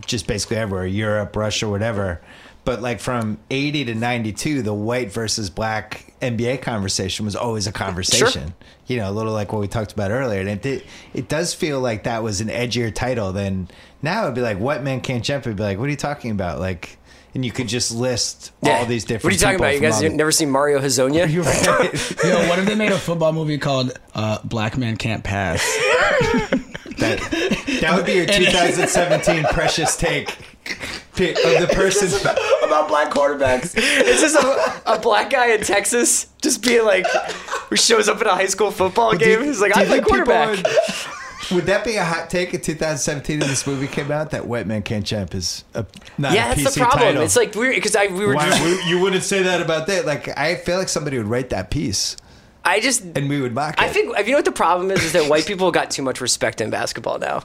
Speaker 2: just basically everywhere, Europe, Russia, whatever. But like from 80 to 92, the white versus black NBA conversation was always a conversation. You know, a little like what we talked about earlier. And it, did, it does feel like that was an edgier title than now it'd be like, What Man Can't Jump? It'd be like, What are you talking about? Like, and you could just list all these different
Speaker 3: What are you talking
Speaker 2: people
Speaker 3: about? You
Speaker 2: from
Speaker 3: guys
Speaker 2: all the-
Speaker 3: never seen Mario Hazonia?
Speaker 2: You're right.
Speaker 4: Yo, what if they made a football movie called uh, Black Man Can't Pass?
Speaker 2: That, that would be your 2017 precious take pi- of the person.
Speaker 3: about black quarterbacks. It's just a, a black guy in Texas just being like, who shows up at a high school football game. he's like,
Speaker 2: do
Speaker 3: I
Speaker 2: you
Speaker 3: play
Speaker 2: think people
Speaker 3: quarterback.
Speaker 2: Would, would that be a hot take in 2017 when this movie came out that White Man Can't Jump is a, not
Speaker 3: yeah,
Speaker 2: a PC
Speaker 3: that's the problem.
Speaker 2: title?
Speaker 3: It's like weird because I we were.
Speaker 2: Why, would- you wouldn't say that about that. Like I feel like somebody would write that piece
Speaker 3: I just.
Speaker 2: and we would mock it.
Speaker 3: I think you know what the problem is is that white people got too much respect in basketball now.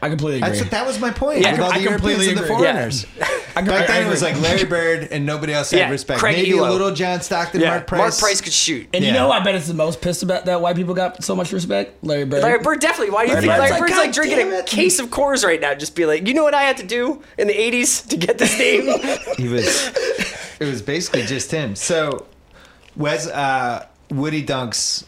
Speaker 4: I completely agree.
Speaker 2: That's what, that was my point.
Speaker 3: Yeah,
Speaker 2: with all
Speaker 4: I
Speaker 2: the Europeans
Speaker 4: completely
Speaker 2: and the
Speaker 4: agree. Yeah.
Speaker 2: foreigners.
Speaker 4: I com- I- I
Speaker 2: Back then it
Speaker 4: agree.
Speaker 2: was like Larry Bird and nobody else had
Speaker 3: Yeah,
Speaker 2: respect.
Speaker 3: Craig
Speaker 2: Maybe a
Speaker 3: Elo.
Speaker 2: little John Stockton, Mark Price.
Speaker 3: Mark Price could shoot.
Speaker 4: And you
Speaker 2: Yeah.
Speaker 4: know, who I bet it's the most pissed about that white people got so much respect. Larry Bird.
Speaker 3: Larry Bird definitely. Why do you think
Speaker 4: Bird's
Speaker 3: Larry
Speaker 4: like,
Speaker 3: Bird's
Speaker 4: "God
Speaker 3: like drinking
Speaker 4: damn
Speaker 3: a
Speaker 4: it."
Speaker 3: case of Coors right now? Just be like, you know what I had to do in the '80s to get this name?
Speaker 2: he was it was basically just him so wes uh woody dunks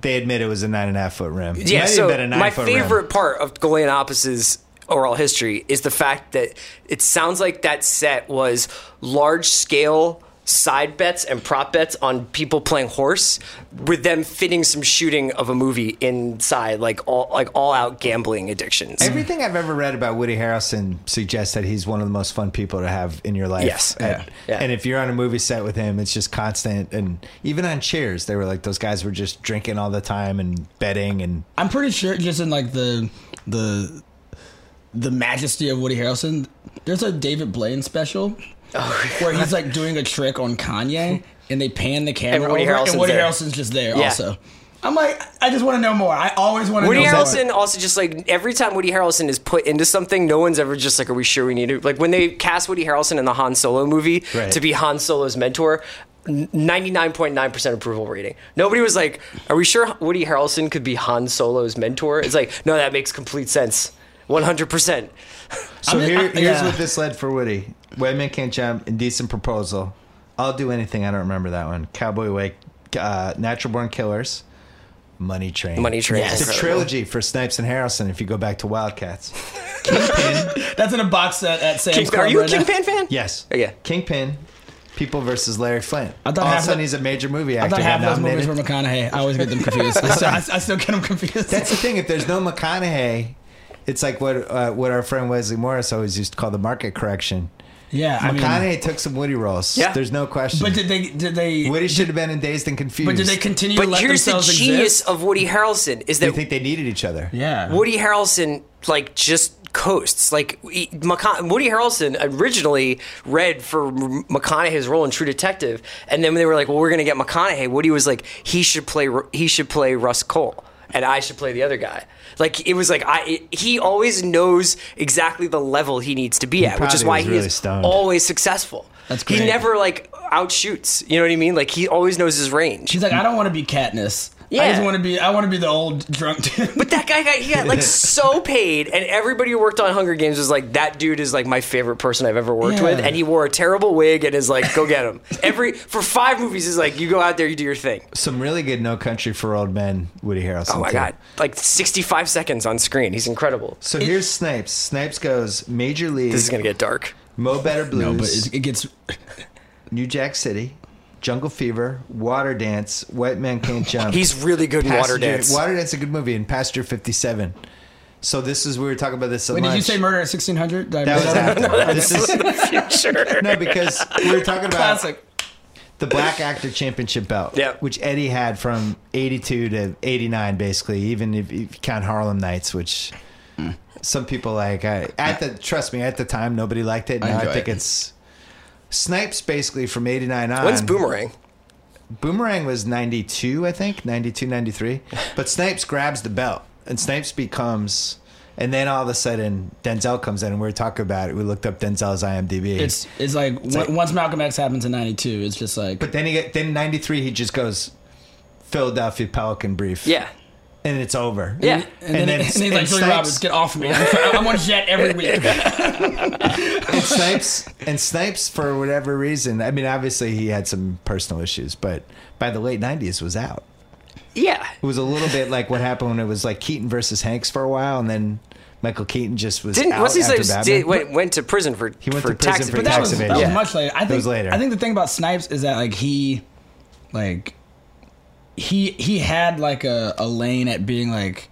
Speaker 2: they admit it was a nine and a half foot rim It might
Speaker 3: yeah.
Speaker 2: have
Speaker 3: So
Speaker 2: been a nine
Speaker 3: my
Speaker 2: foot
Speaker 3: favorite
Speaker 2: rim.
Speaker 3: part of Galianopoulos' oral history is the fact that it sounds like that set was large scale side bets and prop bets on people playing horse with them fitting some shooting of a movie inside like all like all out gambling addictions.
Speaker 2: Everything I've ever read about Woody Harrelson suggests that he's one of the most fun people to have in your life.
Speaker 3: Yes.
Speaker 2: And,
Speaker 3: Yeah.
Speaker 2: and if you're on a movie set with him, it's just constant. And even on Cheers, they were like, those guys were just drinking all the time and betting. And
Speaker 4: I'm pretty sure just in like the the the majesty of Woody Harrelson, there's a David Blaine special
Speaker 3: Oh,
Speaker 4: where he's like doing a trick on Kanye and they pan the camera
Speaker 3: And Woody
Speaker 4: over
Speaker 3: Harrelson's
Speaker 4: and Woody
Speaker 3: there.
Speaker 4: Harrelson's just there
Speaker 3: Yeah.
Speaker 4: also. I'm like, I just want to know more. I always want to
Speaker 3: Woody
Speaker 4: know
Speaker 3: Harrelson
Speaker 4: more.
Speaker 3: also just like every time Woody Harrelson is put into something, no one's ever just like, "Are we sure we need it?" Like when they cast Woody Harrelson in the Han Solo movie
Speaker 2: Right.
Speaker 3: to be Han Solo's mentor, ninety nine point nine percent approval rating. Nobody was like, "Are we sure Woody Harrelson could be Han Solo's mentor?" It's like, no, that makes complete sense, one hundred percent.
Speaker 2: so
Speaker 4: mean,
Speaker 2: here,
Speaker 4: I-
Speaker 2: here's
Speaker 4: yeah.
Speaker 2: what this led for Woody Women Can't Jump, Indecent Proposal. I'll do anything. I don't remember that one. Cowboy Wake, uh, Natural Born Killers, Money Train.
Speaker 3: Money Train.
Speaker 4: Yes.
Speaker 3: is
Speaker 2: The
Speaker 3: incredible.
Speaker 2: trilogy for Snipes and Harrelson, if you go back to Wildcats.
Speaker 4: That's in a box set at Sam's
Speaker 3: Kingpin.
Speaker 4: Club
Speaker 3: Are you a
Speaker 4: right now.
Speaker 3: Kingpin fan?
Speaker 2: Yes.
Speaker 3: Okay.
Speaker 2: Kingpin, People versus Larry Flint.
Speaker 4: I thought
Speaker 2: All of
Speaker 4: half
Speaker 2: a sudden
Speaker 4: the-
Speaker 2: he's a major movie
Speaker 4: I
Speaker 2: actor.
Speaker 4: thought half
Speaker 2: got
Speaker 4: of those movies
Speaker 2: nominated.
Speaker 4: were McConaughey. I always get them confused. I still, I, I still get them confused.
Speaker 2: That's the thing. If there's no McConaughey, it's like what uh, what our friend Wesley Morris always used to call the market correction.
Speaker 4: yeah, I mean,
Speaker 2: McConaughey took some Woody roles.
Speaker 3: Yeah.
Speaker 2: There's no question.
Speaker 4: but did they? Did they?
Speaker 2: Woody should have been in Dazed and Confused.
Speaker 4: but did they continue?
Speaker 3: But
Speaker 4: to let
Speaker 3: here's the
Speaker 4: themselves
Speaker 3: genius
Speaker 4: exist?
Speaker 3: of Woody Harrelson is
Speaker 2: they
Speaker 3: that
Speaker 2: think they needed each other.
Speaker 4: Yeah.
Speaker 3: Woody Harrelson like just coasts. Like he- McCon- Woody Harrelson originally read for McConaughey's role in True Detective, and then when they were like, "Well, we're going to get McConaughey," Woody was like, "He should play. Ru- He should play Russ Cole." And I should play the other guy. Like it was like I. It, he always knows exactly the level he needs to be at, which is
Speaker 2: probably
Speaker 3: why
Speaker 2: was
Speaker 3: he
Speaker 2: really
Speaker 3: is
Speaker 2: stoned.
Speaker 3: always successful.
Speaker 4: That's
Speaker 3: He
Speaker 4: great.
Speaker 3: never like outshoots. You know what I mean? Like he always knows his range.
Speaker 4: She's like, I don't want to be Katniss. I
Speaker 3: Yeah.
Speaker 4: just want to be. I want to be the old drunk dude.
Speaker 3: But that guy got he got like so paid, and everybody who worked on Hunger Games was like, "That dude is like my favorite person I've ever worked
Speaker 4: Yeah.
Speaker 3: with," and he wore a terrible wig and is like, "Go get him." Every for five movies is like, "You go out there, you do your thing."
Speaker 2: Some really good No Country for Old Men, Woody Harrelson.
Speaker 3: Oh my
Speaker 2: too.
Speaker 3: god, like sixty-five seconds on screen, he's incredible.
Speaker 2: So here's Snipes. Snipes goes Major League,
Speaker 3: This is gonna get dark.
Speaker 2: Mo Better Blues.
Speaker 4: no, but it, it gets.
Speaker 2: New Jack City, Jungle Fever, Water Dance, White Man Can't Jump.
Speaker 3: He's really good in Water
Speaker 2: Passenger-
Speaker 3: Dance.
Speaker 2: Water Dance is a good movie, and Passenger 57. So this is, we were talking about this at
Speaker 4: Wait, did you
Speaker 2: lunch.
Speaker 4: say murder at sixteen hundred?
Speaker 2: That was after. this is,
Speaker 3: Future.
Speaker 2: no, because we were talking about
Speaker 4: classic.
Speaker 2: the Black Actor Championship belt,
Speaker 3: Yeah.
Speaker 2: which Eddie had from 82 to 89, basically, even if you count Harlem Nights, which some people like. I, at the Trust me, at the time, nobody liked it. Now I,
Speaker 4: enjoy
Speaker 2: think
Speaker 4: it.
Speaker 2: it's... Snipes basically from 89 on.
Speaker 3: When's Boomerang?
Speaker 2: Boomerang was 92, I think, 92, 93. But Snipes grabs the belt, and Snipes becomes. And then all of a sudden, Denzel comes in, and we were talking about it. We looked up Denzel's IMDb.
Speaker 4: It's it's like on- once Malcolm X happens in ninety two, it's just like.
Speaker 2: but then he get, then 93, he just goes Philadelphia Pelican brief.
Speaker 3: Yeah,
Speaker 2: And it's over.
Speaker 3: Yeah.
Speaker 4: and, then, and he's like, Julie Roberts, get off me! I'm, I'm on jet every week.
Speaker 2: and Snipes and Snipes for whatever reason. I mean, obviously he had some personal issues, but by the late nineties was out.
Speaker 3: yeah.
Speaker 2: It was a little bit like what happened when it was like Keaton versus Hanks for a while, and then Michael Keaton just was
Speaker 3: Didn't
Speaker 2: out
Speaker 3: what's his
Speaker 2: after
Speaker 3: name?
Speaker 2: Batman.
Speaker 3: Did, went, went to prison for he
Speaker 2: went
Speaker 3: for
Speaker 2: to prison
Speaker 3: tax
Speaker 2: for
Speaker 3: but
Speaker 4: But that
Speaker 2: tax
Speaker 4: was, that
Speaker 2: evasion.
Speaker 4: was
Speaker 2: Yeah.
Speaker 4: much later. I think
Speaker 2: was later.
Speaker 4: I think the thing about Snipes is that like he, like, he he had like a, a lane at being like,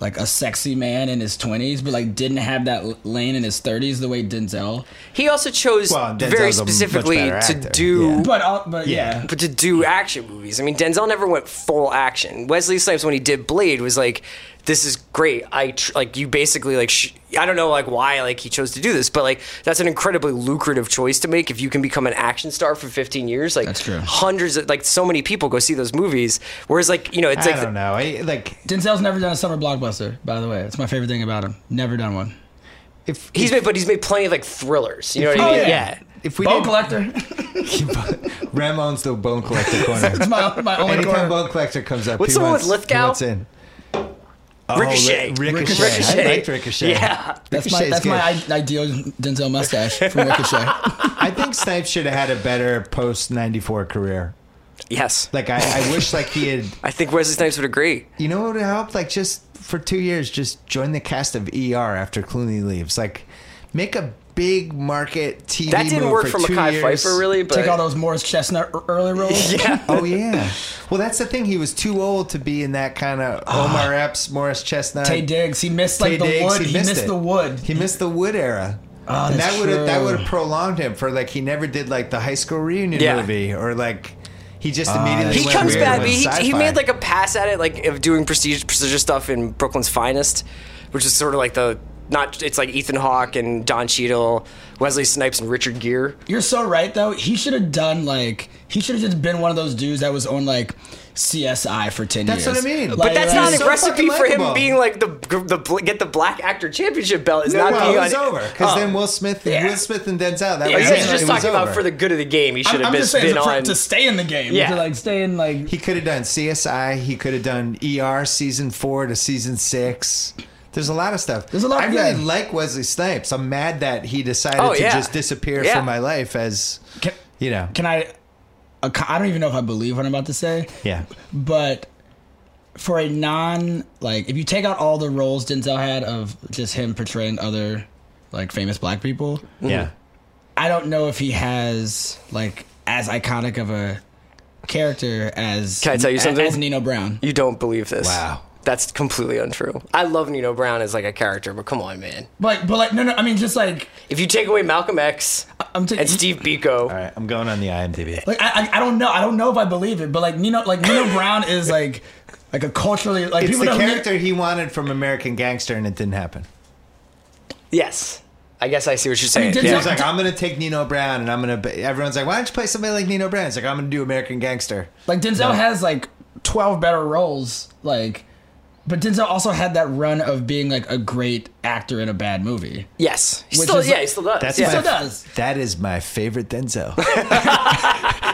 Speaker 4: like a sexy man in his twenties, but like didn't have that l- lane in his thirties the way Denzel.
Speaker 3: He also chose
Speaker 2: Well, Denzel's a
Speaker 3: very
Speaker 2: much
Speaker 3: specifically
Speaker 2: better
Speaker 3: to
Speaker 2: actor.
Speaker 3: do
Speaker 2: Yeah.
Speaker 4: But all, but yeah.
Speaker 3: but to do action movies. I mean, Denzel never went full action. Wesley Snipes, when he did Blade, was like, "This is great." I tr- like you basically like sh- I don't know like why like he chose to do this, but like that's an incredibly lucrative choice to make if you can become an action star for 15 years. Like
Speaker 4: That's true.
Speaker 3: hundreds of like so many people go see those movies. Whereas like you know it's
Speaker 2: I
Speaker 3: like
Speaker 2: don't know. I, like
Speaker 4: Denzel's never done a summer blockbuster. By the way, it's my favorite thing about him. Never done one.
Speaker 2: if
Speaker 3: he's made but he's made plenty of like thrillers. You know what
Speaker 4: Oh,
Speaker 3: I mean?
Speaker 4: yeah.
Speaker 2: If we
Speaker 4: Bone
Speaker 2: did,
Speaker 4: collector.
Speaker 2: Ram owns the bone collector corner.
Speaker 4: It's my, my only
Speaker 2: Anytime
Speaker 4: corner.
Speaker 2: bone collector comes up,
Speaker 3: What's
Speaker 2: he
Speaker 3: the one
Speaker 2: wants,
Speaker 3: with Lithgow?
Speaker 2: he wants in. Oh, Ri-
Speaker 3: Ricochet.
Speaker 2: Ricochet.
Speaker 3: Ricochet.
Speaker 2: I liked Ricochet.
Speaker 3: Yeah.
Speaker 4: That's my
Speaker 2: Ricochet's
Speaker 4: that's my
Speaker 2: good.
Speaker 4: i- ideal Denzel mustache from Ricochet.
Speaker 2: I think Snipes should have had a better post '94 career.
Speaker 3: Yes.
Speaker 2: Like I, I wish, like he had.
Speaker 3: I think Wesley Snipes would agree.
Speaker 2: You know what would have helped? Like E just for two years, just join the cast of ER after Clooney leaves. Like make a big market TV.
Speaker 3: That didn't
Speaker 2: move
Speaker 3: work
Speaker 2: for
Speaker 3: for,
Speaker 2: two
Speaker 3: Mackay
Speaker 2: years.
Speaker 3: Pfeiffer really, but
Speaker 4: Take all those Morris Chestnut r- early rolls.
Speaker 3: yeah.
Speaker 2: Oh yeah. Well, that's the thing. He was too old to be in that kind of
Speaker 3: Oh,
Speaker 2: Omar Epps, Morris Chestnut.
Speaker 4: Tay Diggs, he missed
Speaker 2: Tay
Speaker 4: like the
Speaker 2: Diggs,
Speaker 4: wood. He missed,
Speaker 2: it.
Speaker 4: the wood.
Speaker 2: He missed the wood era.
Speaker 4: Oh,
Speaker 2: and
Speaker 4: that's
Speaker 2: that would have that
Speaker 4: true.
Speaker 2: would have prolonged him for like he never did like the high school reunion
Speaker 3: Yeah.
Speaker 2: movie or like he just
Speaker 4: Uh,
Speaker 2: immediately
Speaker 3: He
Speaker 2: went
Speaker 3: comes
Speaker 2: weird
Speaker 3: back.
Speaker 2: with
Speaker 3: He, he
Speaker 2: sci-fi.
Speaker 3: made like a pass at it, like of doing prestige, prestigious stuff in Brooklyn's Finest, which is sort of like the not. It's like Ethan Hawke and Don Cheadle, Wesley Snipes and Richard Gere.
Speaker 4: You're so right though. He should have done like he should have just been one of those dudes that was on like CSI for ten
Speaker 2: That's what
Speaker 4: years.
Speaker 2: I mean. But
Speaker 4: Like,
Speaker 3: But that's
Speaker 4: like-
Speaker 3: not
Speaker 2: he's
Speaker 3: a
Speaker 2: so
Speaker 3: recipe
Speaker 2: fucking
Speaker 3: for him
Speaker 2: likable.
Speaker 3: being like the, the bl- get the black actor championship belt. Is
Speaker 2: no,
Speaker 3: not
Speaker 2: no,
Speaker 3: being
Speaker 2: it was
Speaker 3: on,
Speaker 2: over because
Speaker 3: Oh.
Speaker 2: then Will Smith,
Speaker 4: Yeah.
Speaker 2: Will Smith and Denzel. That
Speaker 3: Yeah,
Speaker 2: was
Speaker 3: you
Speaker 2: it.
Speaker 3: guys are
Speaker 2: It
Speaker 3: just
Speaker 2: was
Speaker 3: talking about
Speaker 2: over.
Speaker 3: for the good of the game. He should
Speaker 4: I'm,
Speaker 3: have
Speaker 4: I'm
Speaker 3: been,
Speaker 4: just saying
Speaker 3: been
Speaker 4: for,
Speaker 3: on.
Speaker 4: to stay in the game.
Speaker 3: Yeah.
Speaker 4: To, like stay in like
Speaker 2: He could have done CSI. He could have done ER season four to season six. There's a lot of stuff.
Speaker 4: There's a lot,
Speaker 2: I really
Speaker 4: yeah.
Speaker 2: like Wesley Snipes. I'm mad that he decided
Speaker 3: Oh,
Speaker 2: to
Speaker 3: yeah.
Speaker 2: just disappear
Speaker 3: Yeah.
Speaker 2: from my life as
Speaker 4: can,
Speaker 2: you know.
Speaker 4: can I a co- I don't even know if I believe what I'm about to say.
Speaker 2: yeah.
Speaker 4: but for a non like if you take out all the roles Denzel had of just him portraying other like famous black people,
Speaker 2: Yeah.
Speaker 4: I don't know if he has like as iconic of a character as
Speaker 3: Can I tell you
Speaker 4: a-
Speaker 3: something?
Speaker 4: as Nino Brown.
Speaker 3: you don't believe this?
Speaker 2: Wow.
Speaker 3: that's completely untrue. I love Nino Brown as like a character, but come on, man.
Speaker 4: But but like no no I mean just like
Speaker 3: If you take away Malcolm X
Speaker 4: I'm taking
Speaker 3: and Steve Biko,
Speaker 2: All right. I'm going on the IMDb.
Speaker 4: like I, I I don't know I don't know if I believe it but like Nino like Nino Brown is like like a culturally like
Speaker 2: It's
Speaker 4: people
Speaker 2: the
Speaker 4: know who Ni-
Speaker 2: character he wanted from American Gangster, and it didn't happen.
Speaker 3: yes, I guess I see what you're saying.
Speaker 4: did
Speaker 2: He
Speaker 3: yeah.
Speaker 2: was like, "I'm going to take Nino Brown," and I'm going to. Everyone's like, "Why don't you play somebody like Nino Brown?" He's like, "I'm going to do American Gangster."
Speaker 4: Like Denzel has like twelve better roles, like but Denzel also had that run of being like a great actor in a bad movie.
Speaker 3: yes, he
Speaker 4: Which
Speaker 3: still,
Speaker 4: is-
Speaker 3: yeah, he still does.
Speaker 2: That's
Speaker 3: yeah.
Speaker 2: my,
Speaker 4: still does.
Speaker 2: That is my favorite Denzel.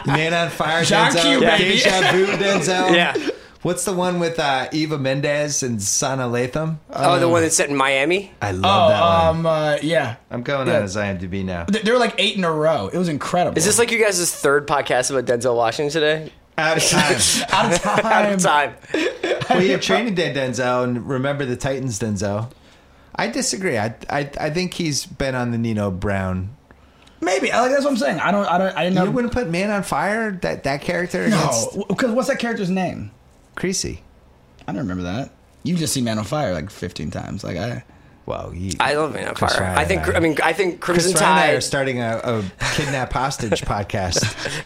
Speaker 2: Man on Fire
Speaker 4: John
Speaker 2: Denzel.
Speaker 4: Q, baby.
Speaker 2: Deja Vu Denzel.
Speaker 3: Yeah.
Speaker 2: What's the one with uh, Eva Mendes and Sana Latham?
Speaker 3: oh, the one that's set in Miami.
Speaker 2: I
Speaker 4: Oh,
Speaker 2: love that one.
Speaker 4: um, uh, yeah.
Speaker 2: I'm going
Speaker 4: yeah.
Speaker 2: on his IMDb now.
Speaker 4: Th- There were like eight in a row. It was incredible.
Speaker 3: Is this like you guys' third podcast about Denzel Washington today?
Speaker 2: Out of time.
Speaker 4: out of time?
Speaker 3: Out of time.
Speaker 2: well, you have Training Day Denzel and Remember the Titans Denzel. I disagree. I, I I think he's been on the Nino Brown.
Speaker 4: Maybe. I- Like that's what I'm saying. I don't. I don't. I didn't
Speaker 2: You
Speaker 4: know.
Speaker 2: wouldn't put Man on Fire that that character
Speaker 4: Um, no,
Speaker 2: against
Speaker 4: because what's that character's name?
Speaker 2: Creasy.
Speaker 4: I don't remember that. You just see Man on Fire like 15 times. Like I.
Speaker 2: Well, you,
Speaker 3: I love Man on
Speaker 2: Chris
Speaker 3: Fire.
Speaker 2: Ryan
Speaker 3: I think.
Speaker 2: and
Speaker 3: I mean, I think
Speaker 2: Chris
Speaker 3: Crimson
Speaker 2: Ryan and I are
Speaker 3: Tide.
Speaker 2: starting a, a kidnap hostage podcast.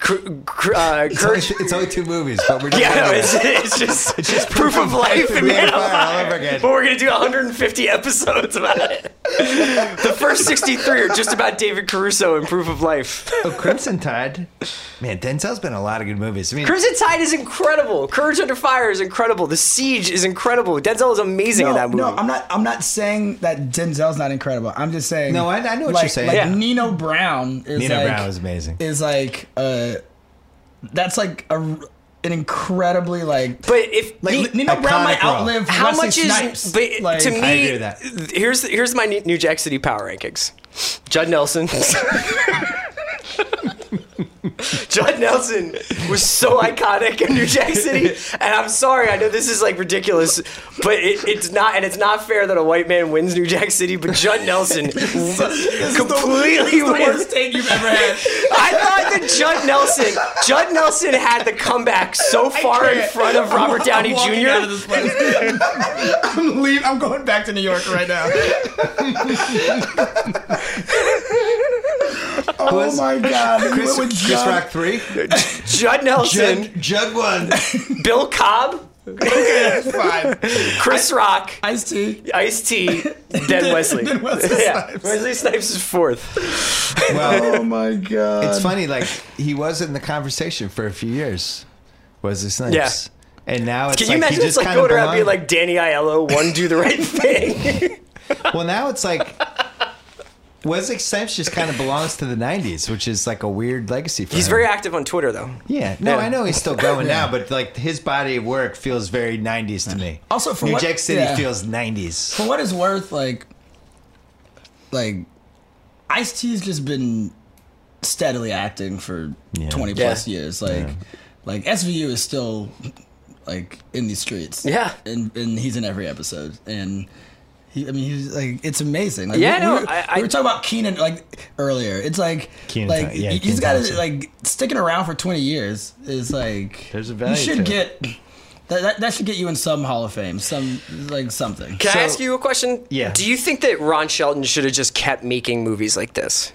Speaker 3: Cr- cr- uh,
Speaker 2: It's only,
Speaker 3: Courage-
Speaker 2: it's only two movies, but we're just
Speaker 3: Yeah, no,
Speaker 2: doing
Speaker 3: it's,
Speaker 2: it.
Speaker 3: it's just proof of life and man on
Speaker 2: all
Speaker 3: fire.
Speaker 2: over again.
Speaker 3: But we're gonna do 150 episodes about it. the first 63 are just about David Caruso and proof of life.
Speaker 2: Oh, Crimson Tide. Man, Denzel's been in a lot of good movies. I mean,
Speaker 3: Crimson Tide is incredible. Courage Under Fire is incredible. The Siege is incredible. Denzel is amazing in that movie.
Speaker 4: no, I'm not. I'm not saying that Denzel's not incredible. I'm just saying.
Speaker 2: No, I- I know what
Speaker 4: like-
Speaker 2: you're saying.
Speaker 4: Like
Speaker 3: Yeah.
Speaker 4: Nino Brown is
Speaker 2: Nino
Speaker 4: like,
Speaker 2: Brown was amazing.
Speaker 4: Is like uh, that's like a an incredibly like
Speaker 3: but if
Speaker 4: like
Speaker 3: Ni-
Speaker 4: Nino Brown might
Speaker 2: iconic role.
Speaker 4: outlive
Speaker 3: how
Speaker 4: Wesley
Speaker 3: much
Speaker 4: Snipes.
Speaker 3: is but
Speaker 4: like,
Speaker 3: to me?
Speaker 2: agree with that.
Speaker 3: th- Here's here's my New Jack City power rankings. Judd Nelson. Judd Nelson was so iconic in New Jack City, and I'm sorry, I know this is like ridiculous, but it, it's not, and it's not fair that a white man wins New Jack City, but Judd Nelson completely
Speaker 4: the
Speaker 3: wins.
Speaker 4: worst take you've ever had.
Speaker 3: I thought that Judd Nelson, Judd Nelson had the comeback so far in
Speaker 4: can't.
Speaker 3: front of Robert Downey
Speaker 4: I'm walking
Speaker 3: Jr.
Speaker 4: out of this place. I'm leave. I'm going back to New York right now. oh
Speaker 2: was-
Speaker 4: my god! He
Speaker 2: Chris,
Speaker 4: went with
Speaker 2: Chris
Speaker 4: John-
Speaker 2: Rock 3.
Speaker 3: Judd Nelson,
Speaker 2: Judd, Judd 1.
Speaker 3: Bill Cobb,
Speaker 4: Fine.
Speaker 3: Chris Rock,
Speaker 4: Ice tea.
Speaker 3: Ice T, then Wesley.
Speaker 4: then Wesley
Speaker 3: yeah.
Speaker 4: Snipes.
Speaker 3: Wesley Snipes is fourth.
Speaker 2: Well,
Speaker 4: Oh my god!
Speaker 2: it's funny, like, he was in the conversation for a few years, Wesley Snipes.
Speaker 3: Yeah.
Speaker 2: And now it's
Speaker 3: Can
Speaker 2: like
Speaker 3: you imagine
Speaker 2: he just
Speaker 3: it's like
Speaker 2: kind of
Speaker 3: going around being like Danny Aiello, one do the right thing.
Speaker 2: Well, now it's like Wesley Snipes just kind of belongs to the '90s, which is like a weird legacy for
Speaker 3: He's
Speaker 2: him.
Speaker 3: very active on Twitter though.
Speaker 2: yeah. No,
Speaker 3: Yeah.
Speaker 2: I know he's still going now, but like his body of work feels very '90s to me.
Speaker 4: Also, for
Speaker 2: New
Speaker 4: what-
Speaker 2: Jack City
Speaker 4: yeah.
Speaker 2: feels '90s.
Speaker 4: For what it's worth, like, like, Ice T's just been steadily acting for
Speaker 2: Yeah.
Speaker 4: twenty
Speaker 3: Yeah.
Speaker 4: plus years. Like, like SVU is still like in these streets.
Speaker 3: Yeah.
Speaker 4: and and he's in every episode, and He, I mean, he's like, it's amazing. Like,
Speaker 3: Yeah,
Speaker 4: we,
Speaker 3: no,
Speaker 4: we, were-
Speaker 3: I- I-
Speaker 4: we were talking about Keenan like earlier. It's like,
Speaker 2: Keenan
Speaker 4: like
Speaker 2: Thompson, yeah,
Speaker 4: he's
Speaker 2: Keenan
Speaker 4: got
Speaker 2: Thompson.
Speaker 4: to like sticking around for twenty years is like
Speaker 2: There's a
Speaker 4: You
Speaker 2: value to
Speaker 4: should
Speaker 2: it.
Speaker 4: get that, that. That should get you in some Hall of Fame, some like something.
Speaker 3: Can I
Speaker 2: So-
Speaker 3: ask you a question?
Speaker 2: Yeah.
Speaker 3: Do you think that Ron Shelton should have just kept making movies like this?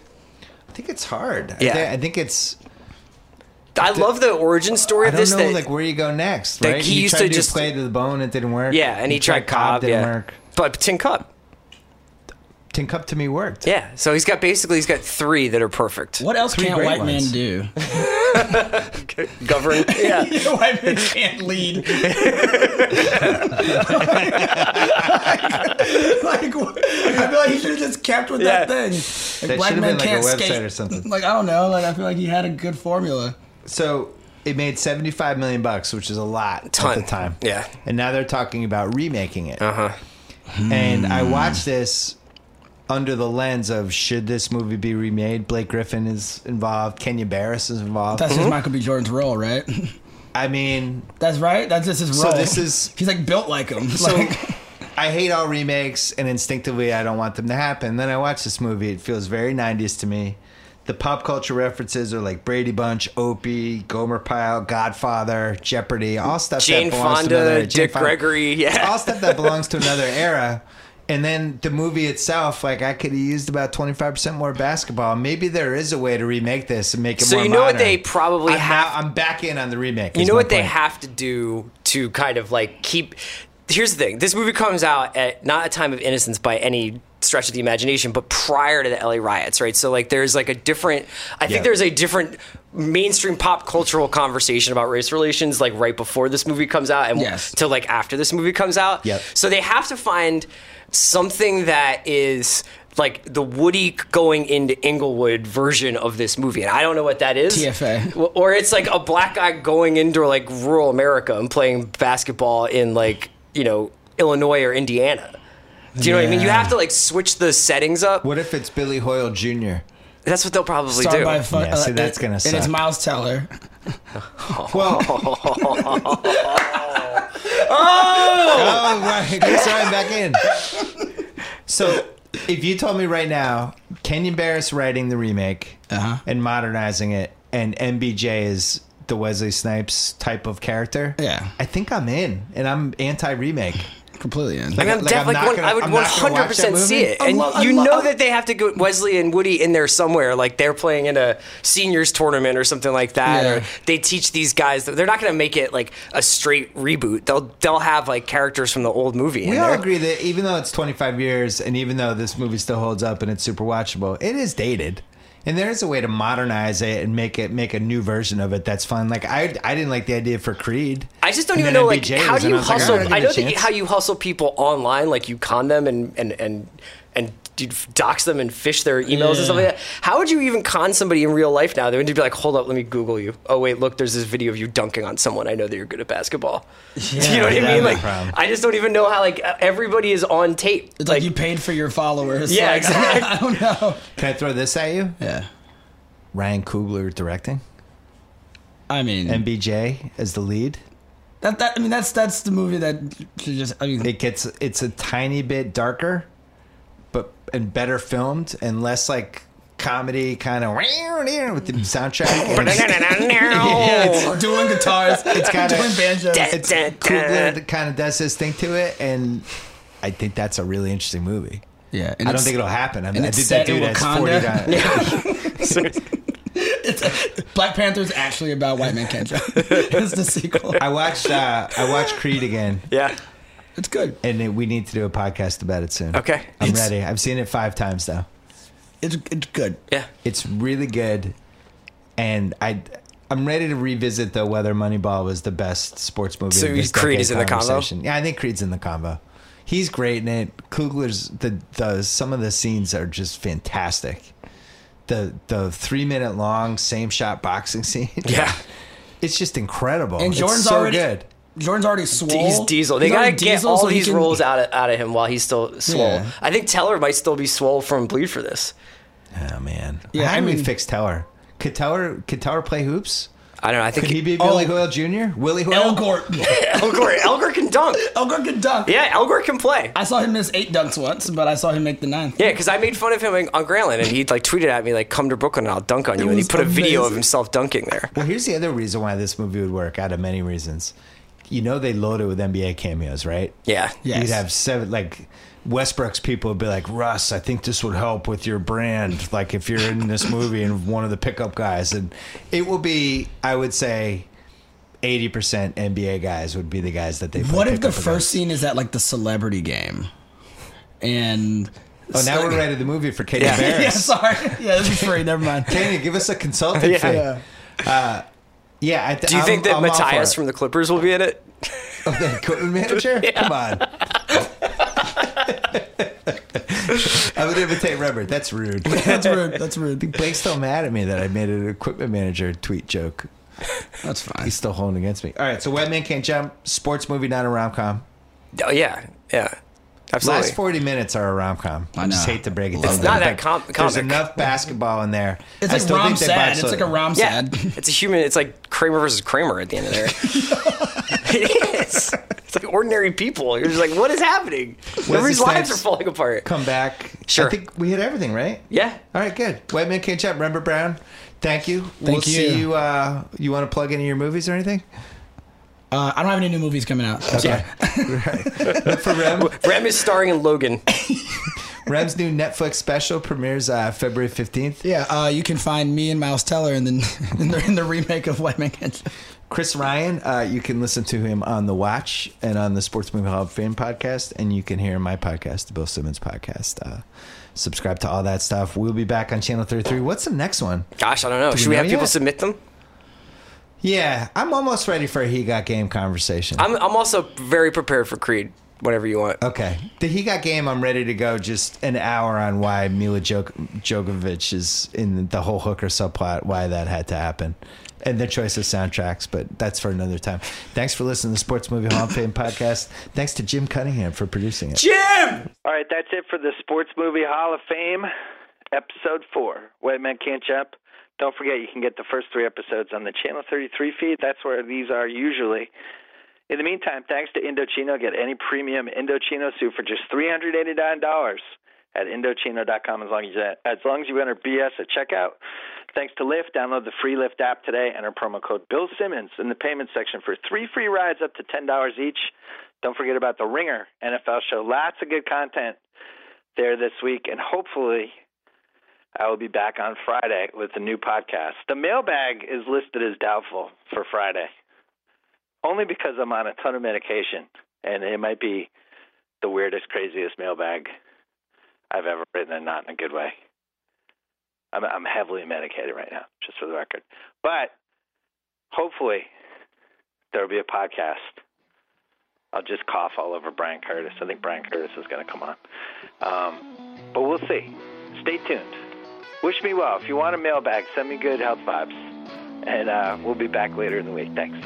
Speaker 2: I think it's hard.
Speaker 3: Yeah.
Speaker 2: I, thi- I think it's.
Speaker 3: I love the origin story
Speaker 2: I
Speaker 3: of
Speaker 2: don't
Speaker 3: this.
Speaker 2: know,
Speaker 3: that-
Speaker 2: like where you go next.
Speaker 3: Like,
Speaker 2: right?
Speaker 3: he
Speaker 2: You
Speaker 3: used
Speaker 2: tried
Speaker 3: to
Speaker 2: do
Speaker 3: just-
Speaker 2: play to the bone. It didn't work.
Speaker 3: yeah, and he,
Speaker 2: You
Speaker 3: tried, Cobb.
Speaker 2: didn't
Speaker 3: yeah.
Speaker 2: work.
Speaker 3: But Tin Cup.
Speaker 2: Tin Cup to me worked.
Speaker 3: Yeah. So he's got basically he's got three that are perfect.
Speaker 4: What else
Speaker 2: Three
Speaker 4: can't
Speaker 2: great
Speaker 4: white
Speaker 2: ones.
Speaker 4: men do?
Speaker 3: Govern. Yeah.
Speaker 4: white men can't lead. like, what- I feel like he should have just kept with that
Speaker 3: Yeah.
Speaker 4: thing. Like,
Speaker 2: That should have been like a website or something.
Speaker 4: Like I don't know. Like I feel like he had a good formula.
Speaker 2: So it made seventy-five million bucks, which is a lot
Speaker 3: Ton.
Speaker 2: at the time.
Speaker 3: Yeah.
Speaker 2: and now they're talking about remaking it.
Speaker 3: Uh huh.
Speaker 2: And I watched this under the lens of should this movie be remade? Blake Griffin is involved. Kenya Barris is involved.
Speaker 4: That's just Michael B. Jordan's role, right?
Speaker 2: I mean,
Speaker 4: That's right. That's just his
Speaker 2: So
Speaker 4: role.
Speaker 2: this is-
Speaker 4: he's like built like him.
Speaker 2: So
Speaker 4: like,
Speaker 2: I hate all remakes, and instinctively I don't want them to happen. Then I watch this movie; it feels very '90s to me. The pop culture references are like Brady Bunch, Opie, Gomer Pyle, Godfather, Jeopardy, all stuff.
Speaker 3: Jane
Speaker 2: that belongs
Speaker 3: Fonda,
Speaker 2: to another, Jane
Speaker 3: Dick
Speaker 2: Fonda.
Speaker 3: Gregory, yeah.
Speaker 2: all stuff that belongs to another era. And then the movie itself, like I could have used about 25% more basketball. Maybe there is a way to remake this and make it
Speaker 3: So
Speaker 2: more
Speaker 3: you know what
Speaker 2: modern.
Speaker 3: they probably
Speaker 2: I'm
Speaker 3: have-
Speaker 2: now- I'm back in on the remake.
Speaker 3: You
Speaker 2: is
Speaker 3: know
Speaker 2: my
Speaker 3: what they
Speaker 2: point.
Speaker 3: have to do to kind of like keep. Here's the thing: this movie comes out at not a time of innocence by any stretch of the imagination, but prior to the LA riots, right? So like, there's like a different. I
Speaker 2: Yeah.
Speaker 3: think there's a different mainstream pop cultural conversation about race relations like right before this movie comes out and
Speaker 4: Yes.
Speaker 3: till like after this movie comes out.
Speaker 2: Yep.
Speaker 3: So they have to find something that is like the Woody going into Inglewood version of this movie. And I don't know what that is.
Speaker 4: TFA.
Speaker 3: W- Or it's like a black guy going into like rural America and playing basketball in like, you know, Illinois or Indiana. Do you know what I mean? You
Speaker 4: Yeah.
Speaker 3: have to like switch the settings up.
Speaker 2: What if it's Billy Hoyle Jr.?
Speaker 3: That's what they'll probably
Speaker 4: starred
Speaker 3: do.
Speaker 4: by fu- uh,
Speaker 2: Yeah, see, that's gonna
Speaker 4: and
Speaker 2: suck.
Speaker 4: it's Miles Teller.
Speaker 2: Well, oh,
Speaker 4: Oh!
Speaker 2: Oh, right. You're throwing back in. So, if you told me right now, Kenyon Barris writing the remake
Speaker 4: Uh-huh.
Speaker 2: and modernizing it, and MBJ is the Wesley Snipes type of character,
Speaker 4: Yeah.
Speaker 2: I think I'm in, and I'm anti-remake.
Speaker 4: Completely
Speaker 3: I
Speaker 4: in.
Speaker 3: mean, I'm
Speaker 2: Like, I'm
Speaker 3: definitely.
Speaker 2: not
Speaker 3: one-
Speaker 2: gonna-
Speaker 3: I would
Speaker 2: I'm
Speaker 3: one
Speaker 2: not gonna watch
Speaker 3: hundred
Speaker 2: that
Speaker 3: percent see
Speaker 2: movie.
Speaker 3: it,
Speaker 4: I
Speaker 3: and
Speaker 4: love- I
Speaker 3: you
Speaker 4: love-
Speaker 3: know that they have to get Wesley and Woody in there somewhere. Like they're playing in a seniors tournament or something like that,
Speaker 4: Yeah.
Speaker 3: or they teach these guys. That they're not going to make it like a straight reboot. They'll they'll have like characters from the old movie.
Speaker 2: We
Speaker 3: in
Speaker 2: all
Speaker 3: there.
Speaker 2: agree that even though it's 25 years, and even though this movie still holds up and it's super watchable, it is dated. And there is a way to modernize it and make it make a new version of it that's fun. Like I, I didn't like the idea for Creed.
Speaker 3: I just don't
Speaker 2: And
Speaker 3: even
Speaker 2: then
Speaker 3: know like
Speaker 2: MBJ
Speaker 3: how
Speaker 2: was
Speaker 3: do
Speaker 2: in,
Speaker 3: you
Speaker 2: I was like,
Speaker 3: hustle.
Speaker 2: all right,
Speaker 3: I
Speaker 2: give
Speaker 3: know
Speaker 2: it a
Speaker 3: that you,
Speaker 2: chance.
Speaker 3: how you hustle people online, like you con them and and and and you dox them and fish their emails and stuff like that. How would you even con somebody in real life now? They would be like, "Hold up, let me Google you." Oh wait, look, there's this video of you dunking on someone. I know that you're good at basketball. you know what
Speaker 2: yeah,
Speaker 3: I mean?
Speaker 2: no
Speaker 3: Like,
Speaker 2: problem.
Speaker 3: I just don't even know how like everybody is on tape.
Speaker 4: it's like, you paid for your followers.
Speaker 3: Yeah,
Speaker 4: Like,
Speaker 3: exactly.
Speaker 4: I don't know.
Speaker 2: Can I throw this at you?
Speaker 4: Yeah.
Speaker 2: Ryan Coogler directing,
Speaker 4: I mean,
Speaker 2: MBJ as the lead.
Speaker 4: that, that I mean that's that's the movie that should just I mean
Speaker 2: It gets it's a tiny bit darker, but and better filmed and less like comedy kind of with the soundtrack. And it's-
Speaker 4: it's oh, doing guitars, it's
Speaker 2: got
Speaker 4: doing
Speaker 2: it.
Speaker 4: banjos.
Speaker 3: Dead.
Speaker 2: it's
Speaker 3: Dun, dun.
Speaker 2: Coogler kind of does his thing to it, and I think that's a really interesting movie.
Speaker 4: Yeah,
Speaker 2: I don't think it'll happen. I mean,
Speaker 4: and
Speaker 2: I
Speaker 4: it's
Speaker 2: think
Speaker 4: set
Speaker 2: that
Speaker 4: in
Speaker 2: dude has forty.
Speaker 4: Wakanda.
Speaker 2: dollars.
Speaker 4: Black Panther's actually about white men can't jump. it's the sequel.
Speaker 2: I watched. Uh, I watched Creed again,
Speaker 3: yeah.
Speaker 4: It's good.
Speaker 2: and it, we need to do a podcast about it soon.
Speaker 3: Okay.
Speaker 2: I'm
Speaker 4: It's-
Speaker 2: ready. I've seen it five times now.
Speaker 4: It's it's good.
Speaker 3: Yeah.
Speaker 2: It's really good, and I. I'm ready to revisit though whether Moneyball was the best sports movie.
Speaker 3: So
Speaker 2: of this
Speaker 3: Creed
Speaker 2: decade
Speaker 3: is in the combo?
Speaker 2: conversation. Yeah, I think Creed's in the combo. He's great in it. Kugler's the the some of the scenes are just fantastic. The the three minute long same shot boxing scene.
Speaker 3: Yeah.
Speaker 2: it's just incredible.
Speaker 4: And Jordan's
Speaker 2: it's so
Speaker 4: already
Speaker 2: good.
Speaker 4: Jordan's already swole.
Speaker 3: He's Diesel. They
Speaker 4: He's
Speaker 3: gotta
Speaker 4: already
Speaker 3: get
Speaker 4: diesel,
Speaker 3: all
Speaker 4: so he
Speaker 3: these
Speaker 4: can-
Speaker 3: roles out of, out of him while he's still swole.
Speaker 4: Yeah.
Speaker 3: I think Teller might still be swole from Bleed for this.
Speaker 2: Oh man,
Speaker 4: Yeah,
Speaker 2: how
Speaker 4: I
Speaker 2: do we
Speaker 4: mean-
Speaker 2: fix Teller? Could Teller could Teller play hoops?
Speaker 3: I don't know. I think
Speaker 2: Could he be Billy Hoyle Jr.? Willie Hoyle?
Speaker 4: Elgort.
Speaker 3: Elgort, Elgort can dunk.
Speaker 4: Elgort can dunk.
Speaker 3: Yeah, Elgort can play.
Speaker 4: I saw him miss eight dunks once, but I saw him make the ninth.
Speaker 3: Yeah, because I made fun of him on Grantland, and he like tweeted at me like, "Come to Brooklyn, and I'll dunk on you." And he
Speaker 4: was
Speaker 3: put a video of
Speaker 4: amazing.
Speaker 3: himself dunking there.
Speaker 2: Well, here's the other reason why this movie would work out of many reasons. You know, they load it with NBA cameos, right?
Speaker 3: Yeah,
Speaker 4: Yes.
Speaker 2: You'd have seven, like, Westbrook's people would be like, Russ, I think this would help with your brand. Like, if you're in this movie and one of the pickup guys, and it will be, I would say, 80% NBA guys would be the guys that they play
Speaker 4: What if the
Speaker 2: pickup
Speaker 4: first
Speaker 2: against.
Speaker 4: scene is at like the celebrity game, and
Speaker 2: Oh, now we're ready to the movie for Katie
Speaker 3: Yeah.
Speaker 2: Barris.
Speaker 4: yeah, sorry. Yeah, this is free. Never mind.
Speaker 2: Tanya, give us a consultant
Speaker 3: Yeah.
Speaker 2: fee. Uh, yeah, I th-
Speaker 3: Do you
Speaker 2: I'm-
Speaker 3: think that
Speaker 2: I'm all for
Speaker 3: Matthias
Speaker 2: it.
Speaker 3: from the Clippers will be in it?
Speaker 2: the equipment manager? Come on. I would imitate Robert. That's rude.
Speaker 4: That's rude. That's rude.
Speaker 2: Blake's still mad at me that I made an equipment manager tweet joke.
Speaker 4: That's fine.
Speaker 2: He's still holding against me. All right, so Wet Man Can't Jump, sports movie, not a rom com.
Speaker 3: Oh yeah, yeah, absolutely.
Speaker 2: Last 40 minutes are a rom com. I
Speaker 4: know.
Speaker 2: just hate to break it down.
Speaker 4: It's
Speaker 2: to
Speaker 3: not
Speaker 2: the
Speaker 3: that
Speaker 2: fact
Speaker 3: com-
Speaker 2: There's
Speaker 3: comic.
Speaker 2: enough basketball in there.
Speaker 4: It's
Speaker 2: I
Speaker 4: like
Speaker 2: still
Speaker 4: Rom
Speaker 2: think they
Speaker 4: sad.
Speaker 2: botched
Speaker 4: It's
Speaker 2: it.
Speaker 4: like a Rom
Speaker 3: yeah,
Speaker 4: sad.
Speaker 3: it's a human. It's like Kramer versus Kramer at the end of there. it is. It's like ordinary people. You're just like, what is happening? Everybody's
Speaker 2: this
Speaker 3: lives
Speaker 2: next?
Speaker 3: are falling apart.
Speaker 2: Come back.
Speaker 3: Sure.
Speaker 2: I think we hit everything, right?
Speaker 3: Yeah.
Speaker 2: All right, good. White Man Can't Jump, Remember Brown. Thank you. we'll
Speaker 4: you.
Speaker 2: see you. Uh, you want to plug any of your movies or anything?
Speaker 4: Uh, I don't have any new movies coming out. I'm sorry.
Speaker 2: Look for Rem.
Speaker 3: Rem is starring in Logan.
Speaker 2: Rem's new Netflix special premieres uh, February 15th.
Speaker 4: Yeah, uh, you can find me and Miles Teller in the in the, in the remake of White Man Can't. Jump.
Speaker 2: Chris Ryan, uh, you can listen to him on The Watch and on the Sports Movie Hall of Fame podcast, and you can hear my podcast, the Bill Simmons podcast. Uh, subscribe to all that stuff. We'll be back on Channel 33. What's the next one?
Speaker 3: Gosh, I don't know.
Speaker 2: we
Speaker 3: Should we
Speaker 2: know
Speaker 3: have people
Speaker 2: yet?
Speaker 3: submit them?
Speaker 2: Yeah, I'm almost ready for a He Got Game conversation.
Speaker 3: I'm, I'm also very prepared for Creed. Whatever you want.
Speaker 2: Okay. The He Got Game, I'm ready to go just an hour on why Mila Jok- Djokovic is in the whole hooker subplot, why that had to happen, and the choice of soundtracks, but that's for another time. Thanks for listening to the Sports Movie Hall of Fame podcast. Thanks to Jim Cunningham for producing it.
Speaker 3: Jim.
Speaker 1: All right, that's it for the Sports Movie Hall of Fame, episode four. White Men Can't Jump. Don't forget, you can get the first three episodes on the Channel 33 feed. That's where these are usually. In the meantime, thanks to Indochino, get any premium Indochino soup for just $389 at Indochino.com as long as you, as long as you enter BS at checkout. Thanks to Lyft, download the free Lyft app today. Enter promo code Bill Simmons in the payment section for three free rides up to $10 each. Don't forget about the Ringer NFL show. Lots of good content there this week, and hopefully I will be back on Friday with a new podcast. The mailbag is listed as doubtful for Friday, only because I'm on a ton of medication, and it might be the weirdest, craziest mailbag I've ever written, and not in a good way. I'm, I'm heavily medicated right now, just for the record. But hopefully, there will be a podcast. I'll just cough all over Brian Curtis. I think Brian Curtis is going to come on. Um, but we'll see. Stay tuned. Wish me well. If you want a mailbag, send me good health vibes. And uh, we'll be back later in the week. Thanks.